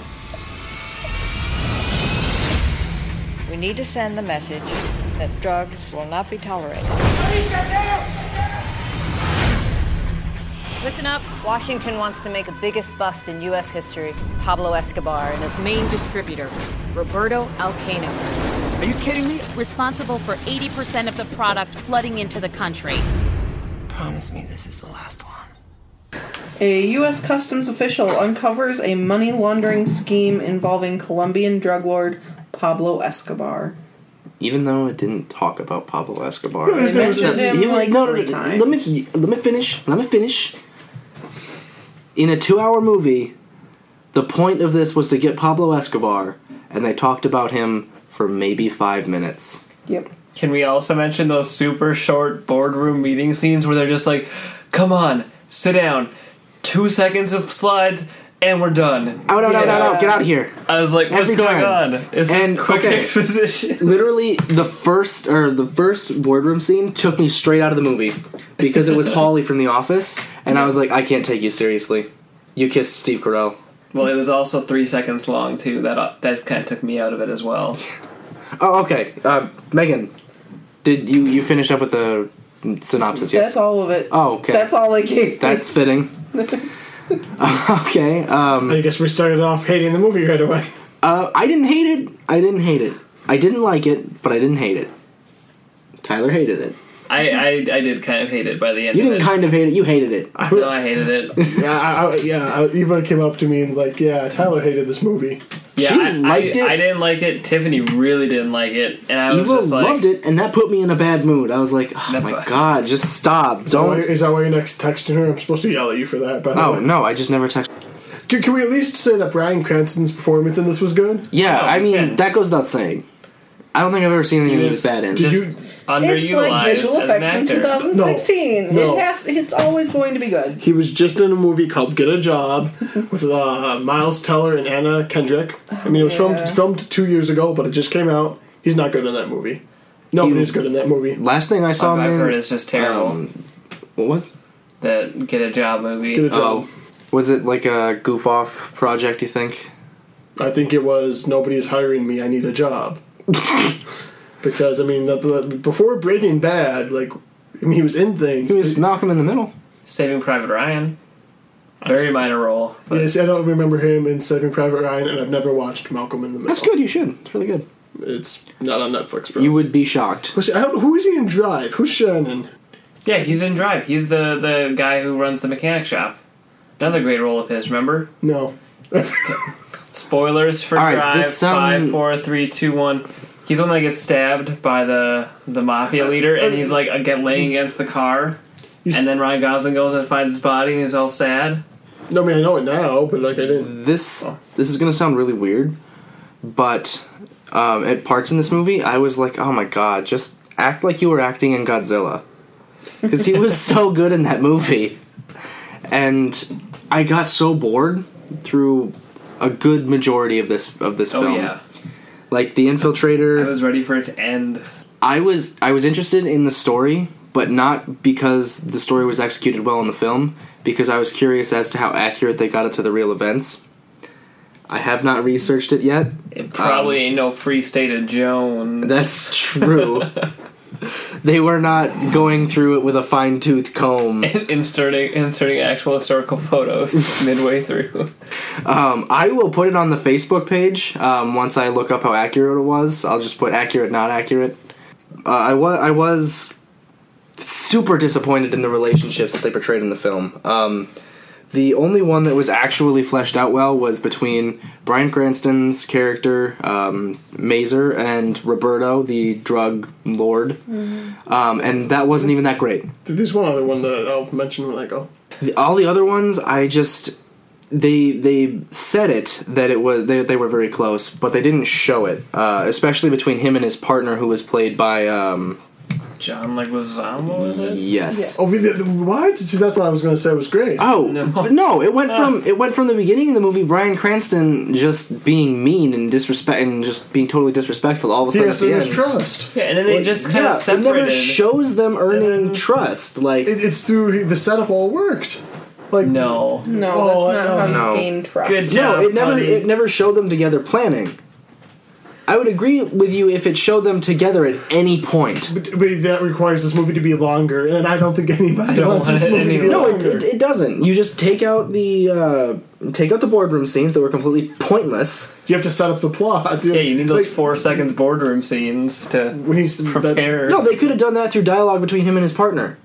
We need to send the message that drugs will not be tolerated. Listen up. Washington wants to make the biggest bust in U.S. history. Pablo Escobar and his main distributor, Roberto Alcano. Are you kidding me? Responsible for 80% of the product flooding into the country. Promise me this is the last one. A U.S. Customs official uncovers a money laundering scheme involving Colombian drug lord Pablo Escobar. Even though it didn't talk about Pablo Escobar. They mentioned him He was- like no, no, three no, times. Let me let me finish. Let me finish. In a two-hour movie, The point of this was to get Pablo Escobar, and they talked about him for maybe five minutes. Yep. Can we also mention those super short boardroom meeting scenes where they're just like, come on, sit down, two seconds of slides, and we're done. Out, out, out, out, out, get out of here. I was like, what's Every going time. on? It's And, just quick okay. exposition. Literally, the first or the first boardroom scene took me straight out of the movie because it was Holly from The Office, and I was like, I can't take you seriously. You kissed Steve Carell. Well, it was also three seconds long, too. That uh, that kind of took me out of it as well. Oh, okay. Uh, Megan, did you you finish up with the synopsis? Yes. That's all of it. Oh, okay. That's all I gave. That's fitting. okay. Um, I guess we started off hating the movie right away. Uh, I didn't hate it. I didn't hate it. I didn't like it, but I didn't hate it. Tyler hated it. I, I, I did kind of hate it by the end You of didn't it. kind of hate it. You hated it. no, I hated it. yeah, I, I, yeah. I, Eva came up to me and like, yeah, Tyler hated this movie. Yeah, She I, liked I, it. I didn't like it. Tiffany really didn't like it, and I was Eva just like, loved it, and that put me in a bad mood. I was like, "Oh my god, just stop! Is that, why, Don't." is that why you're next texting her? I'm supposed to yell at you for that. By the Oh way. no, I just never text. Can, can we at least say that Brian Cranston's performance in this was good? Yeah, I mean that goes without saying. I don't think I've ever seen anything he was bad in. Did you? it's like visual effects in 2016. No. It has, it's always going to be good. He was just in a movie called Get a Job with uh, Miles Teller and Anna Kendrick. I mean, it was Yeah. filmed, filmed two years ago, but it just came out. He's not good in that movie. Nobody's good in that movie. Last thing I saw I've, him I've in, heard it's just terrible. Um, what was? that Get a Job movie. Get a Job. Oh, was it like a goof off project? You think? I think it was Nobody's Hiring Me, I Need a Job. because, I mean, the, the, before Breaking Bad, like, I mean, he was in things. He was Malcolm in the Middle. Oh. Saving Private Ryan. Very minor role. Yes, I don't remember him in Saving Private Ryan, and I've never watched Malcolm in the Middle. That's good. You should. It's really good. It's not on Netflix, bro. You would be shocked. Who's- I don't, who is he in Drive? Who's Shannon? Yeah, he's in Drive. He's the the guy who runs the mechanic shop. Another great role of his. Remember? No. Spoilers for All right, Drive. this, um, Five, four, three, two, one. He's the one that gets stabbed by the the mafia leader, and he's like again laying against the car. You s- And then Ryan Gosling goes and finds his body, and he's all sad. No, I mean, I know it now, but, like, I didn't. This Oh. this is gonna sound really weird, but um, at parts in this movie, I was like, "Oh my god, just act like you were acting in Godzilla," because he was so good in that movie, and I got so bored through a good majority of this of this Oh film. yeah, Like the infiltrator, I was ready for its end. I was I was interested in the story, but not because the story was executed well in the film, because I was curious as to how accurate they got it to the real events. I have not researched it yet. It probably ain't no free state of Jones. That's true. they were not going through it with a fine tooth comb. inserting inserting actual historical photos midway through. Um, I will put it on the Facebook page um, once I look up how accurate it was. I'll just put accurate, not accurate. Uh, I was I was super disappointed in the relationships that they portrayed in the film. Um, the only one that was actually fleshed out well was between Brian Cranston's character um, Mazer and Roberto, the drug lord, um, and that wasn't even that great There's one other one that I'll mention oh. when I go. the- all the other ones i just they they said it that it was they, they were very close but they didn't show it uh, especially between him and his partner who was played by um, John Leguizamo, is it? yes Oh, the- the- what? See, that's what I was going to say was great. oh but no it went from it went from the beginning of the movie brian cranston just being mean and disrespect and just being totally disrespectful all of He a sudden has at the to end lose trust. Yeah, and then they Well, just kind yeah, of it never separated. shows them earning trust like It, it's through the setup all worked. Like no, No, Oh, that's not I how know. you No. gain trust. Good No, job, it never honey. it never showed them together planning. I would agree with you if it showed them together at any point. But, but that requires this movie to be longer, and I don't think anybody don't wants want this it movie to be anymore. No, longer. it, it, it doesn't. You just take out the uh, take out the boardroom scenes that were completely pointless. you have to set up the plot. Yeah, you need those Like, four seconds boardroom scenes to when he's that- prepare. No, they could have done that through dialogue between him and his partner.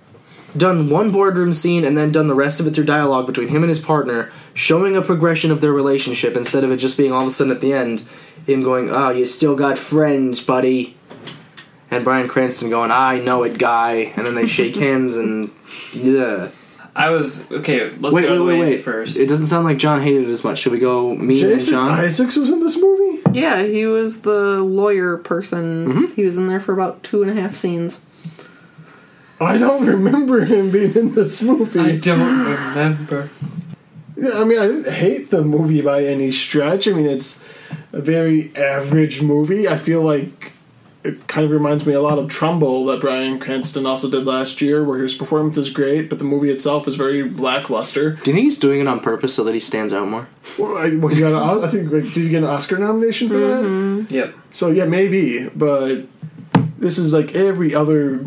Done one boardroom scene and then done the rest of it through dialogue between him and his partner, showing a progression of their relationship instead of it just being all of a sudden at the end, him going, Oh, you still got friends, buddy. And Brian Cranston going, I know it, guy. And then they shake hands and. Yeah. I was okay. Let's wait, go wait, to wait, Wade wait. first. It doesn't sound like John hated it as much. Should we go me and Jason John? Isaacs was in this movie. Yeah, he was the lawyer person. He was in there for about two and a half scenes. I don't remember him being in this movie. I don't remember. Yeah, I mean, I didn't hate the movie by any stretch. I mean, it's a very average movie. I feel like it kind of reminds me a lot of Trumbull that Brian Cranston also did last year, where his performance is great, but the movie itself is very lackluster. Do you think he's doing it on purpose so that he stands out more? Well, I, well, he got an, I think like, did he get an Oscar nomination for that? Yep. So yeah, maybe, but this is like every other.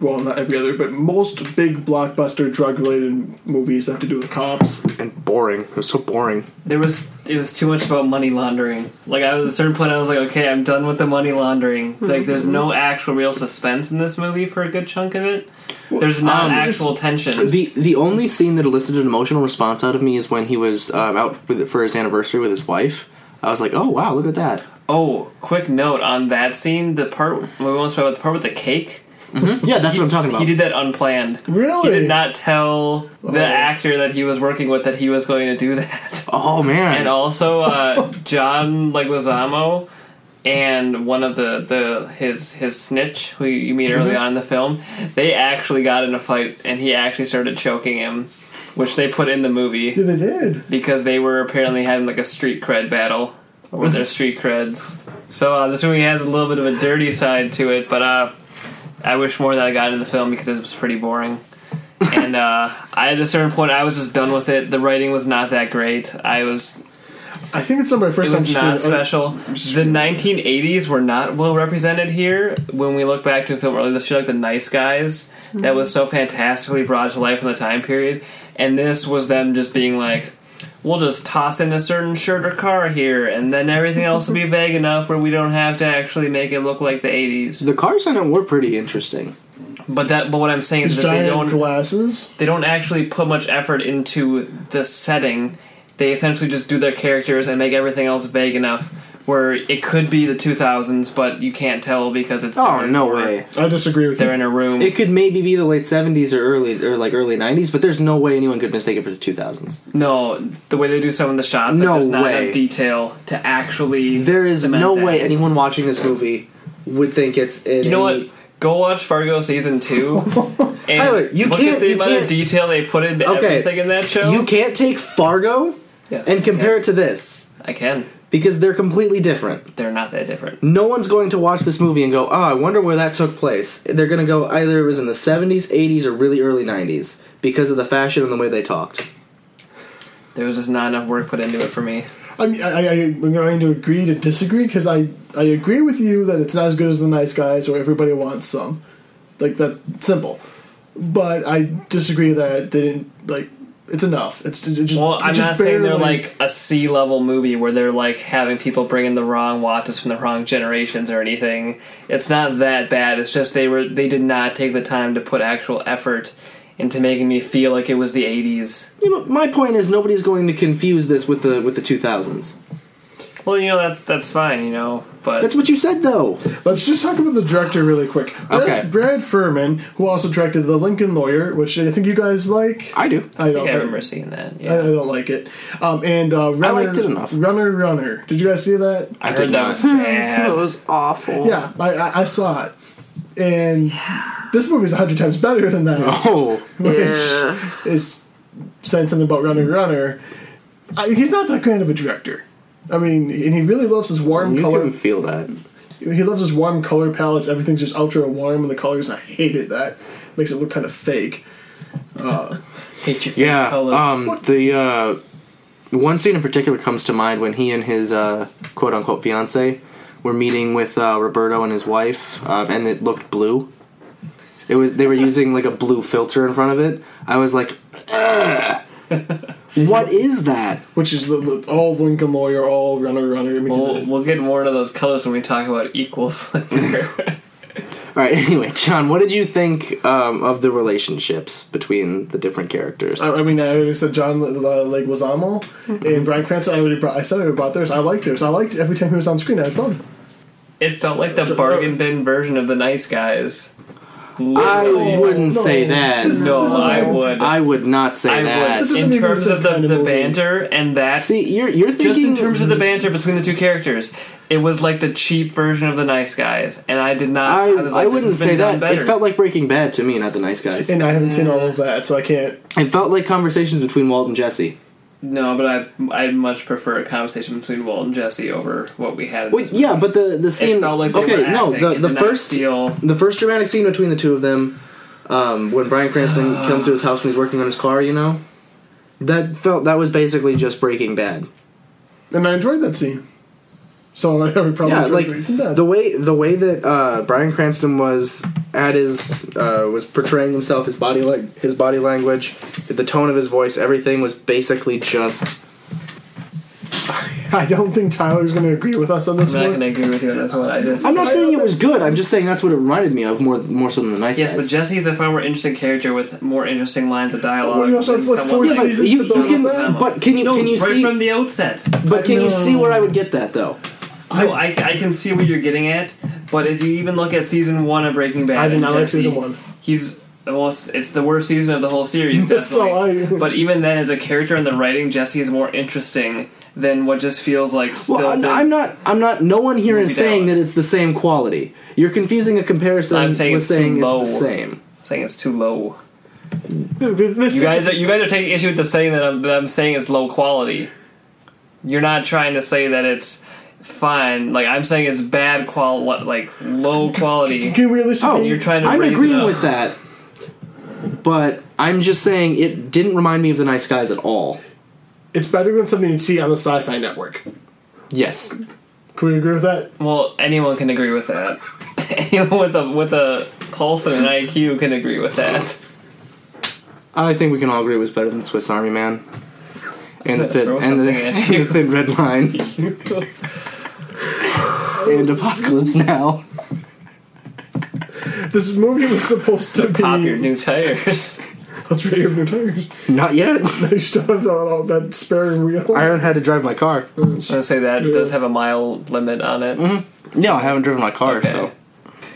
Well, not every other, but most big blockbuster drug-related movies have to do with cops. And boring. It was so boring. There was it was too much about money laundering. Like I was at a certain point, I was like, okay, I'm done with the money laundering. Like Mm-hmm. there's no actual real suspense in this movie for a good chunk of it. There's not Um, actual tension. The the only scene that elicited an emotional response out of me is when he was um, out with, for his anniversary with his wife. I was like, oh wow, look at that. oh, quick note on that scene: the part we won't spoil about the part with the cake. Yeah, that's what I'm talking about. He did that unplanned. Really? He did not tell Oh. the actor that he was working with that he was going to do that. Oh man. And also, uh, John Leguizamo and one of the, the his his snitch who you meet early Mhm. on in the film, they actually got in a fight, and he actually started choking him, which they put in the movie. Yeah, they did. because they were apparently having like a street cred battle with their street creds. So uh, this movie has a little bit of a dirty side to it, but uh, I wish more that I got into the film because it was pretty boring. and uh, I at a certain point, I was just done with it. The writing was not that great. I was I think it's not my first it time was not screen- uh, special. The 1980s were not well represented here. When we look back to a film earlier this year, like The Nice Guys, that was so fantastically brought to life in the time period, and this was them just being like, "We'll just toss in a certain shirt or car here, and then everything else will be vague enough where we don't have to actually make it look like the 80s." The cars in it were pretty interesting. But that, but what I'm saying is that they giant don't glasses. they don't actually put much effort into the setting. They essentially just do their characters and make everything else vague enough where it could be the 2000s, but you can't tell because it's Oh no way. I disagree with they're in a room. It could maybe be the late '70s or early or like early '90s, but there's no way anyone could mistake it for the 2000s. no, the way they do some of the shots, No like, there's not way. enough detail to actually. There is cement no that. way anyone watching this movie would think it's. In You know any- what? Go watch Fargo season two. and Tyler, you look can't- at the you amount can't- of detail they put into Okay. everything in that show. You can't take Fargo Yes, and I compare can. it to this I can. because they're completely different. They're not that different. No one's going to watch this movie and go, "Oh, I wonder where that took place." They're going to go either it was in the '70s, '80s, or really early '90s because of the fashion and the way they talked. There was just not enough work put into it for me. I mean, I, I, I'm going to agree to disagree because I, I agree with you that it's not as good as the Nice Guys or Everybody Wants Some, like that simple. But I disagree that they didn't like. It's enough. It's it just. Well, I'm just not saying they're barely- like a C level movie where they're like having people bring in the wrong watches from the wrong generations or anything. It's not that bad. It's just they were they did not take the time to put actual effort into making me feel like it was the 80s. Yeah, but my point is, nobody's going to confuse this with the with the 2000s. Well, you know that's that's fine, you know, but That's what you said, though. Let's just talk about the director really quick. Brad, Okay. Brad Furman, who also directed The Lincoln Lawyer, which I think you guys like. I do. I I don't. think I I- remember seeing that. I, Yeah. I don't like it. Um, and uh, Runner, liked it enough. Runner, Runner. Did you guys see that? I heard that was That Hmm. bad. was awful. Yeah, I, I, I saw it, and this movie is a hundred times better than that, Oh, which Yeah. is saying something about Runner Runner. I, he's not that kind of a director. I mean, and he really loves his warm you color. can feel that. He loves his warm color palettes. Everything's just ultra warm, and the colors. I hated that. Makes it look kind of fake. Hate your fake Yeah. colors. Um. The uh, one scene in particular comes to mind when he and his uh, quote unquote fiance were meeting with uh, Roberto and his wife, um, and it looked blue. It was they were using like a blue filter in front of it. I was like, "Ugh." what is that? Which is the- the, all Lincoln Lawyer, all Runner Runner. I mean, we'll, we'll get more into those colors when we talk about equals later. All right. Anyway, John, what did you think um, of the relationships between the different characters? I, I mean, I already said John uh, Leguizamo and Brian Cranston. I already brought, I said I already brought theirs. I liked theirs. I liked every time he was on screen. I had fun. it felt like the bargain bin version of the nice guys. I wouldn't say that. No, I would. I would not say that. in terms of the, the banter and that. See, you're you're just in terms mm. of the banter between the two characters. It was like the cheap version of the nice guys, and I did not. I, I, was like, I this wouldn't has been say done that. Better. It felt like Breaking Bad to me, not the nice guys. And I haven't seen all of that, so I can't. It felt like conversations between Walt and Jesse. no, but I I much prefer a conversation between Walt and Jesse over what we had. in Wait, this yeah, but the the scene. felt like they okay, were no, acting the and the did not first the first dramatic scene between the two of them, um, when Brian Cranston comes to his house when he's working on his car, you know, that felt that was basically just Breaking Bad. And I enjoyed that scene. So I would probably Yeah, enjoy like Breaking Bad. the way the way that uh, Brian Cranston was at his uh, was portraying himself, his body like his body language, the tone of his voice, everything was basically just. I don't think Tyler's going to agree with us on this I'm not one. going to agree with you on this one. I just. I'm not saying it was good. I'm just saying that's what it reminded me of more more so than the nice Yes, guys. but Jesse's a far more interesting character with more interesting lines of dialogue. Well, you also have, than like, someone four like- seasons You- to build you up can- that. but can you- No, can you right see- from the outset? But can you see where I would get that though? No, I, I can see what you're getting at, but if you even look at season one of Breaking Bad, I did and not like Jesse, season one. He's well, it's, it's the worst season of the whole series, So definitely. I- but even then, as a character in the writing, Jesse is more interesting than what just feels like still. Well, I'm, I'm not. I'm not. No one here is Maybe that saying that it's the same quality. You're confusing a comparison I'm saying with it's saying too it's low. the same. saying it's too low. You guys are you guys are taking issue with the saying that I'm, that I'm saying it's low quality. You're not trying to say that it's fine. Like I'm saying it's bad qual like low quality. Can we at least? Oh, you're trying to. I'm raise it agreeing up. with that, but I'm just saying it didn't remind me of the nice guys at all. It's better than something you'd see on the Sci Fi Network. Yes. Can we agree with that? Well, anyone can agree with that. anyone with a with a pulse and an IQ can agree with that. I think we can all agree it was better than Swiss Army Man. And the Throw thin, and the, something at you. and the thin red line. and Apocalypse Now. This movie was supposed to be. Pop your new tires. Let's radio new tires. Not yet. They still have that, all that spare wheel. I haven't had to drive my car. I'm gonna say that does have a mile limit on it. Mm-hmm. No, I haven't driven my car, so.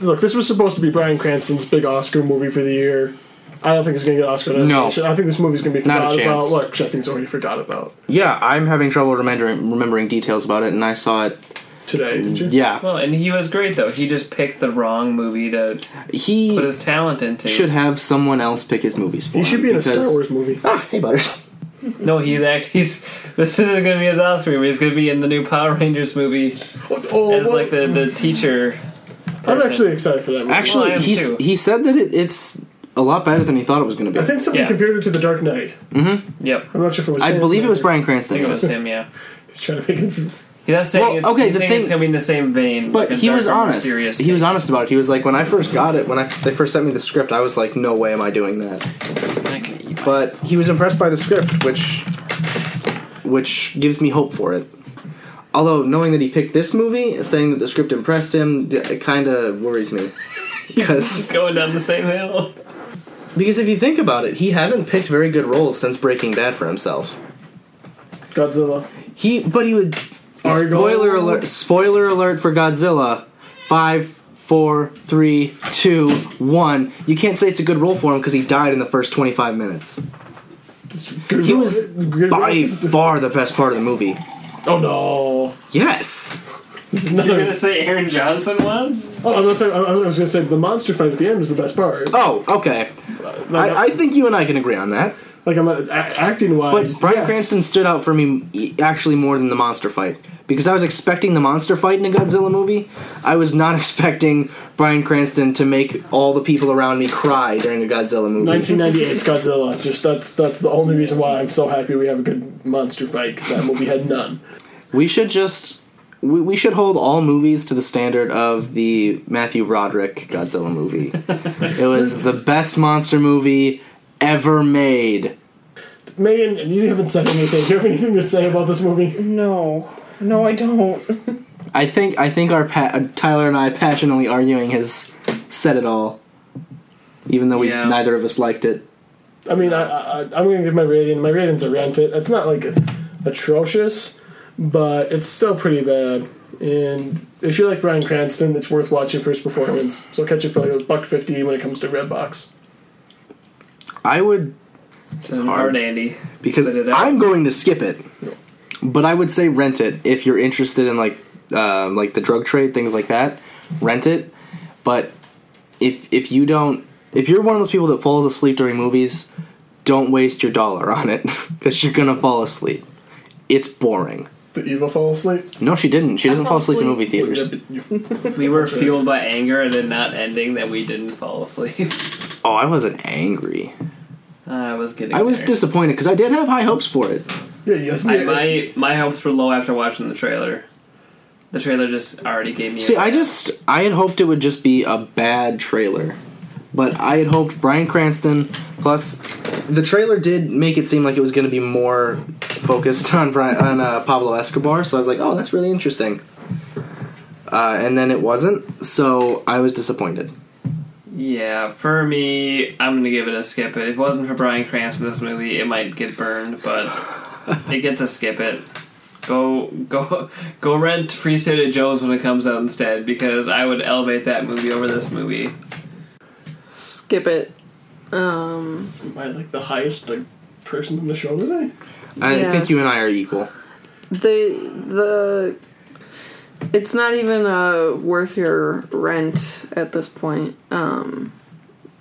Look, this was supposed to be Brian Cranston's big Oscar movie for the year. I don't think it's going to get Oscar nomination. I think this movie's going to be Not a forgot chance. about. Look, I think it's already forgot about Yeah, I'm having trouble remembering remembering details about it, and I saw it. today. Did you? Yeah, Well, and he was great though. He just picked the wrong movie to he put his talent into. should have someone else pick his movies for He should him, be in a because- Star Wars movie. Ah, hey Butters. No, he's act. He's this isn't going to be his Oscar movie. He's going to be in the new Power Rangers movie Oh, as what? like the the teacher. I'm actually excited for that movie. Actually, Well, I am he s- too. he said that it, it's a lot better than he thought it was going to be. I think someone Yeah. compared it to The Dark Knight. Yep, I I'm not sure if it was. I him believe it was or- Brian think it Cranston. was him. Yeah, He's trying to make it. he's not saying. Well, it's, okay, he's the saying thing- it's going to be in the same vein. But like a he was darker, more honest. serious He was honest about it. He was like, when I first got it, when I they first sent me the script, I was like, no way am I doing that. I can eat my- But he was impressed by the script, which which gives me hope for it. Although knowing that he picked this movie, saying that the script impressed him, d- it kind of worries me. He's Because going down the same hill. because if you think about it, he hasn't picked very good roles since Breaking Bad for himself. Godzilla. He but he would Are you spoiler going- alert spoiler alert for Godzilla. Five, four, three, two, one. You can't say it's a good role for him because he died in the first twenty five minutes. It's good He role- was good role. by far the best part of the movie. Oh no! Yes. This is not. You're going to say Aaron Johnson was? Oh, I'm not talking. I I was going to say the monster fight at the end was the best part. Oh, okay. I, I think you and I can agree on that. Like I'm not, a- acting But wise. Brian yes. Cranston stood out for me e- actually more than the monster fight because I was expecting the monster fight in a Godzilla movie. I was not expecting Brian Cranston to make all the people around me cry during a Godzilla movie. 1998's Godzilla. Just that's that's the only reason why I'm so happy we have a good monster fight because that movie had none. We should just we, we should hold all movies to the standard of the Matthew Roderick Godzilla movie. it was the best monster movie ever made. Megan, you haven't said anything. Do you have anything to say about this movie? No. No, I don't. I think I think our pa- uh, Tyler and I passionately arguing has said it all. Even though we Yeah. neither of us liked it. I mean, I, I I'm going to give my rating. My rating's a rent it. It's not like atrocious, but it's still pretty bad. And if you like Brian Cranston, it's worth watching for his performance. So catch a failure buck fifty when it comes to Redbox. I would. It's an hard, Andy. Because I'm going to skip it, but I would say rent it if you're interested in like um, like the drug trade things like that. Rent it, but if if you don't if you're one of those people that falls asleep during movies, don't waste your dollar on it because you're gonna fall asleep. It's boring. Did Eva fall asleep? No, she didn't. She doesn't fall asleep in movie theaters. we were fueled by anger and then not ending that we didn't fall asleep. Oh, I wasn't angry. I was getting. I was there. disappointed because I did have high hopes for it. Yeah, yes, I, my my hopes were low after watching the trailer. The trailer just already gave me. See, I just I had hoped it would just be a bad trailer, but I had hoped Brian Cranston plus the trailer did make it seem like it was going to be more focused on Brian on uh, Pablo Escobar. So I was like, oh, that's really interesting. Uh, and then it wasn't, so I was disappointed. yeah, for me, I'm gonna give it a skip. It. If it wasn't for Brian Cranston in this movie, it might get burned, but it gets a skip. It. Go go go rent Free City Jones when it comes out instead, because I would elevate that movie over this movie. Skip it. Um, Am I like the highest like person on the show today? I think you and Yes. I are equal. the the it's not even uh, worth your rent at this point. Um,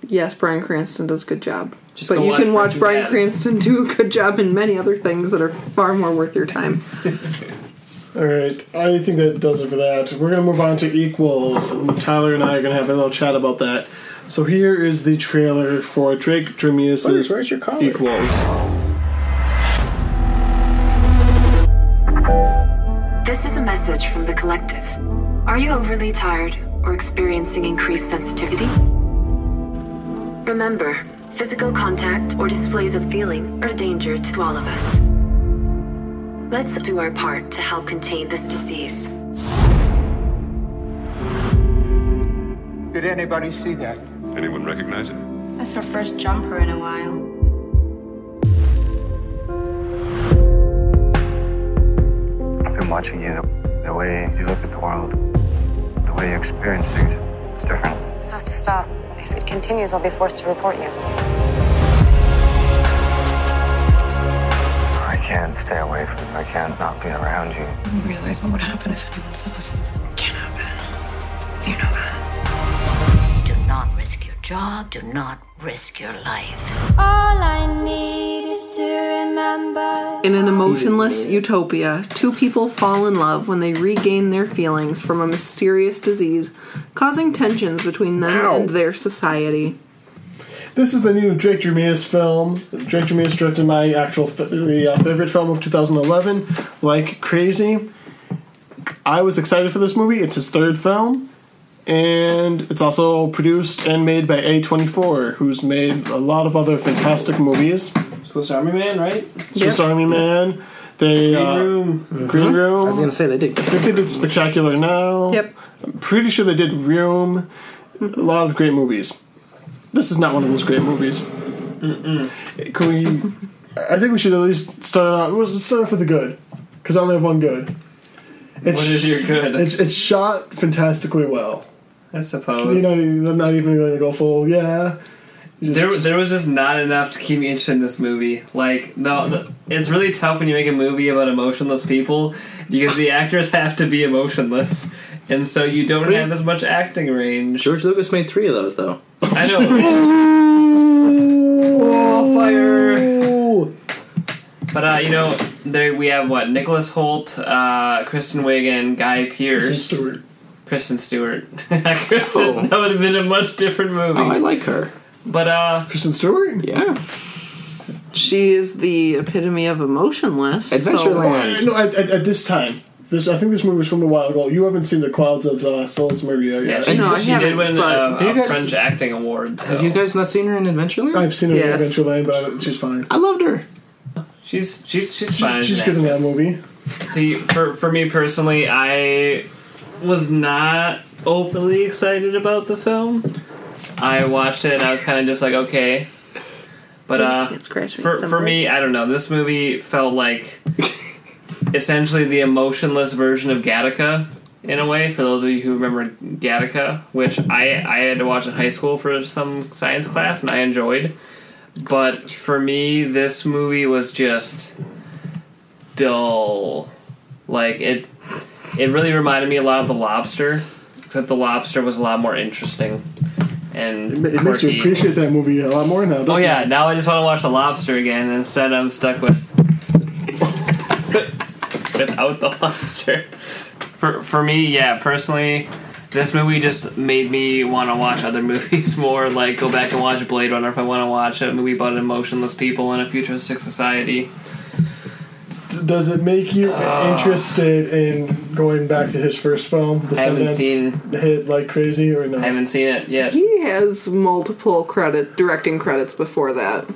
yes, Brian Cranston does a good job, Just but go you watch can watch Breaking Brian Bad. Cranston do a good job in many other things that are far more worth your time. All right, I think that does it for that. We're gonna move on to equals. And Tyler and I are gonna have a little chat about that. So here is the trailer for Drake Dremius's Where's your collar? Equals. This is a message from the collective. Are you overly tired or experiencing increased sensitivity? Remember, physical contact or displays of feeling are a danger to all of us. Let's do our part to help contain this disease. Did anybody see that? Anyone recognize it? That's her first jumper in a while. I've been watching you. The, the way you look at the world, the way you experience things, it's different. This has to stop. If it continues, I'll be forced to report you. I can't stay away from you. I can't not be around you. I didn't realize what would happen if anyone saw us. Can't happen. Do not risk your job. Do not risk your life. All I need is to remember. In an emotionless utopia, two people fall in love when they regain their feelings from a mysterious disease, causing tensions between them and their society. This is the new Drake Dremius film. Drake Dremius directed my actual f- the uh, favorite film of 2011, like crazy. I was excited for this movie. It's his third film, and it's also produced and made by A24, who's made a lot of other fantastic movies. Swiss Army Man, right? Swiss Army Man. They Green Room. Green Mhm. Room. I was gonna say they did. I think they did Spectacular Now. Yep. I'm pretty sure they did Room. A lot of great movies. This is not one of those great movies. Mm-mm. Can we? I think we should at least start out. Let's start off with the good, because I only have one good. What is your good? It's it's shot fantastically well. I suppose. You know, I'm not even going to go full. Yeah. there, there was just not enough to keep me interested in this movie. Like, no, the, it's really tough when you make a movie about emotionless people because the actors have to be emotionless, and so you don't have as much acting range. George Lucas made three of those, though. I know, oh, fire! but uh, you know, there we have what Nicholas Holt, uh, Kristen Wiig, and Guy Pearce. Kristen Stewart. Kristen Stewart. Kristen, That would have been a much different movie. Oh, I like her. But uh Kristen Stewart? Yeah. She is the epitome of emotionless. so- Oh, no, at, at, at this time. This, I think this movie was from a while ago. You haven't seen the clouds of uh, Solis Maria Yeah, yet. she, she did win uh, Have you a guys- French acting award. So. have you guys not seen her in Adventureland? I've seen her Yes. in Adventureland, but I don't- she's fine. I loved her. She's she's she's fine. She's good in that movie. See, for for me personally, I was not overly excited about the film. I watched it and I was kind of just like, okay. But I just uh, can't scratch for for somewhere. me, I don't know. This movie felt like essentially the emotionless version of Gattaca. in a way for those of you who remember Gattaca, which I I had to watch in high school for some science class and I enjoyed. But for me, this movie was just dull. Like it, it really reminded me a lot of The Lobster, except The Lobster was a lot more interesting. And It, ma- it makes you quirky. appreciate that movie a lot more now. doesn't Oh yeah, it? now I just want to watch The Lobster again. and Instead, I'm stuck with without The Lobster. For for me, yeah, personally, this movie just made me want to watch other movies more. Like go back and watch Blade Runner if I want to watch a movie about emotionless people in a futuristic society. D- Does it make you Ah. interested in going back to his first film, The I haven't Sundance seen- hit like crazy, or no? I haven't seen it yet. He has multiple credit directing credits before that.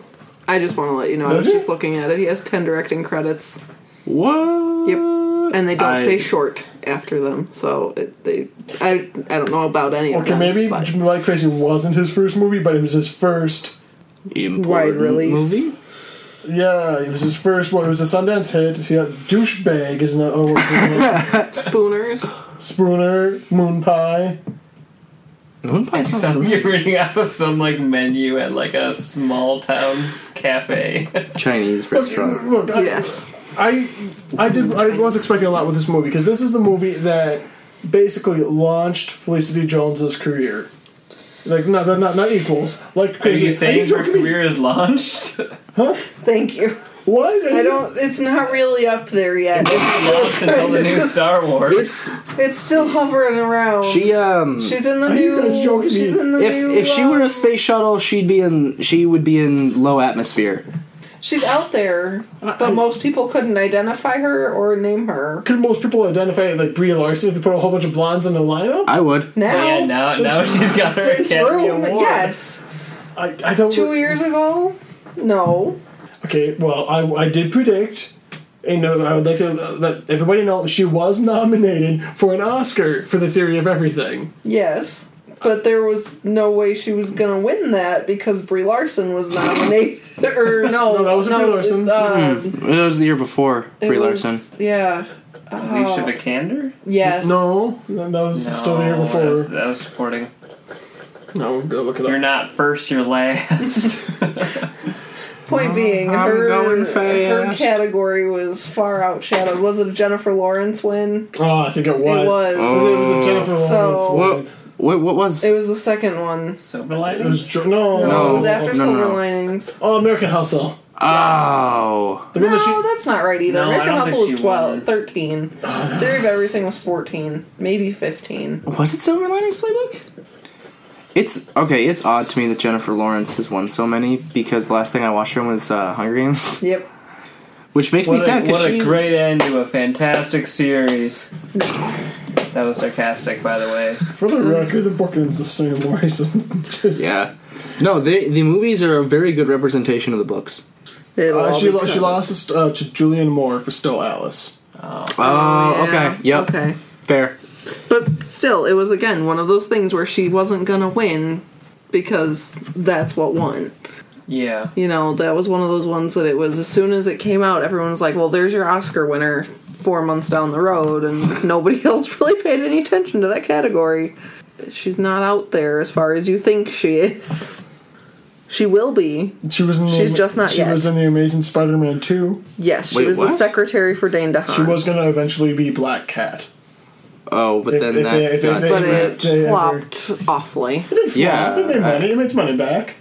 I just want to let you know. I Does was he? just looking at it. He has ten directing credits. What? Yep. And they don't I- say short after them, so it, they. I I don't know about any of Okay, them. maybe Like Crazy wasn't his first movie, but it was his first Wide release. movie? Yeah, it was his first one. It was a Sundance hit. He got Douchebag is another one. Spooners. Spooner, Moon Pie. Moon Pie So you're reading off of some like menu at like a small town cafe. Chinese restaurant. Look, I, I, I did. I was expecting a lot with this movie because this is the movie that basically launched Felicity Jones's career. Like, no, they're not not equals. Like, Are you Are you saying her joking me? career is launched? Huh? Thank you. What? I don't. It's not really up there yet. It's still, Until the kinda new just- Star Wars. it's still hovering around. She um. She's in the new. She's in the if new. if she uh, were a space shuttle, she'd be in. She would be in low atmosphere. she's out there, but most people couldn't identify her or name her. Could most people identify like Brie Larson if you put a whole bunch of blondes in a lineup? I would. Now, Oh, yeah, now- now she's got her Since Academy Room, Award. yes. I, I don't. Two years ago, no. Okay, well, I, I did predict, and uh, I would like to let everybody know that she was nominated for an Oscar for The Theory of Everything. Yes. But there was no way she was gonna win that because Brie Larson was nominated. or no, No, that wasn't Brie Larson. uh, Hmm. It was the year before it Brie was- Larson. Yeah. Alicia Oh, Vikander? yes. No, that was still the year No, before. That was, that was supporting. No, I'm gonna look it You're not first, you're last. Point being, I'm her, going her fast. category was far outshadowed. Was it a Jennifer Lawrence win? Oh, I think it was. It was. Oh. It was a Jennifer Lawrence. So- one. What what was? It was the second one. Silver It was Jo- no, No, it was after Silver Linings. Oh, American Hustle. Oh. The one that No, that's not right either. No, I American don't Hustle think was she 12, won. 13. Theory of Everything was 14, maybe 15. Was it Silver Linings Playbook? It's okay. It's odd to me that Jennifer Lawrence has won so many because the last thing I watched her in was uh, Hunger Games, Yep. which makes what me sad a, what because a she great end to a fantastic series. That was sarcastic, by the way. For the record, the book ends the same way. So yeah. No, they, the movies are a very good representation of the books. Uh, all she, be lo- she covered. lost uh, to Julianne Moore for Still Alice. Oh, Oh, yeah. okay. Yep. Okay. Fair. But still, it was again one of those things where she wasn't gonna win because that's what won. Yeah. You know, that was one of those ones that it was as soon as it came out, everyone was like, "Well, there's your Oscar winner." Four months down the road, and nobody else really paid any attention to that category. She's not out there as far as you think she is. She will be. She was in. The, She's just not She yet. was in the Amazing Spider-Man two. Yes, she Wait, was the what? secretary for Dane DeHaan. She was gonna eventually be Black Cat. Oh, but If- then if that they- if- if got they- but if it they ever- flopped awfully. It did Yeah, flop. It made I- money. It made its money back.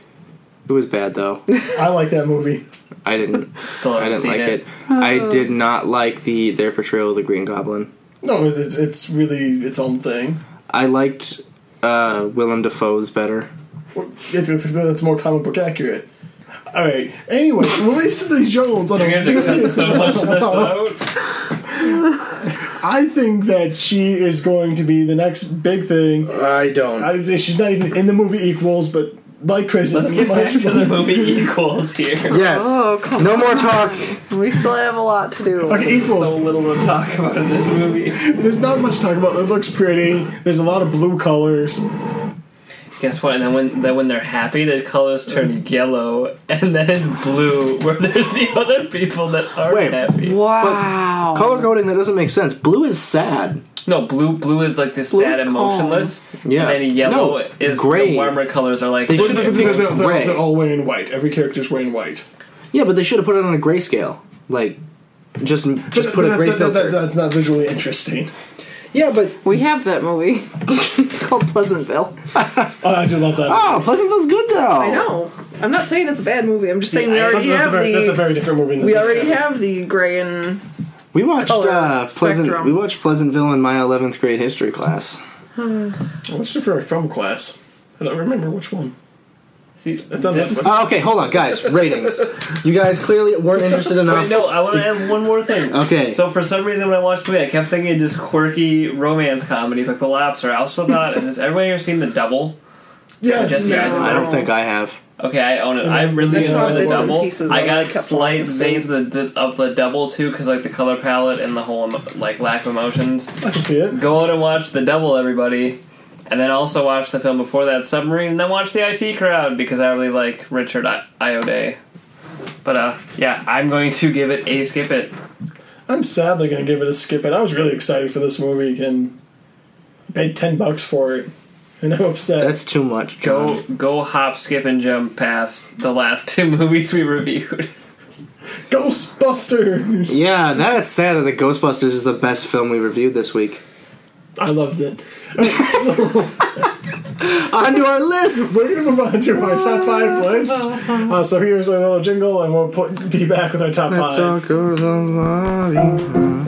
it was bad though. I like that movie. I didn't. Still I didn't seen like it. it. I did not like the their portrayal of the Green Goblin. No, it, it's it's really its own thing. I liked uh, Willem Dafoe's better. It's, it's, it's more comic book accurate. All right. Anyway, Felicity Jones. On a You're gonna have to cut so much uh, of this out. I think that she is going to be the next big thing. I don't. I, think she's not even in the movie Equals, but like crazy. Let's it's get back much to the more- movie Equals here. Yes. Oh, come no more talk. We still have a lot to do. Okay, Equals. So little to talk about in this movie. There's not much to talk about. It looks pretty. There's a lot of blue colors. Guess what? And then when then when they're happy, the colors turn yellow, and then it's blue, where there's the other people that aren't happy. Wow. Color coding that doesn't make sense. Blue is sad. No, blue. Blue is like this Blue sad is and calm. motionless. Yeah. And then yellow No, is gray. the warmer colors are like. They But should they're, have they're, picked they're- gray. they're all wearing white. Every character's wearing white. Yeah, but they should have put it on a grayscale. Like, just just put a That- gray that- that- filter. that's not visually interesting. Yeah, but we have that movie. it's called Pleasantville. I do love that. Oh, Pleasantville's good though. I know. I'm not saying it's a bad movie. I'm just saying we already that's, have a very, the. that's a very different movie. Than we this already guy. have the gray and. We watched Color uh, Pleasant. spectrum. We watched Pleasantville in my eleventh grade history class. I watched it for a film class. I don't remember which one. See, that's on Netflix. Oh, okay, hold on, guys. Ratings. You guys clearly weren't interested enough. Wait, no, I want to add one more thing. Okay. So for some reason, when I watched the movie, I kept thinking of just quirky romance comedies like The Lobster. I also thought, has everyone here seen The Double? Yes. Jesse Eisenberg? I don't think I have. Okay, I own it. I I really saw enjoy the bits and double. pieces I of got it kept slight on the veins of the, the, of the double too, because like the color palette and the whole emo- like lack of emotions. I can see it. Go out and watch the double, everybody, and then also watch the film before that, Submarine, and then watch the IT Crowd because I really like Richard I- Iode. But uh, yeah, I'm going to give it a skip it. I'm sadly going to give it a skip. It. I was really excited for this movie and I paid ten bucks for it, and I'm upset. That's too much. Go go hop, skip, and jump past the last two movies we reviewed. Ghostbusters. Yeah, that's sad that the Ghostbusters is the best film we reviewed this week. I loved it. Onto our list. We're gonna move on to our top five list. Uh, so here's our little jingle, and we'll pl- be back with our top Let's five. all go to the lobby.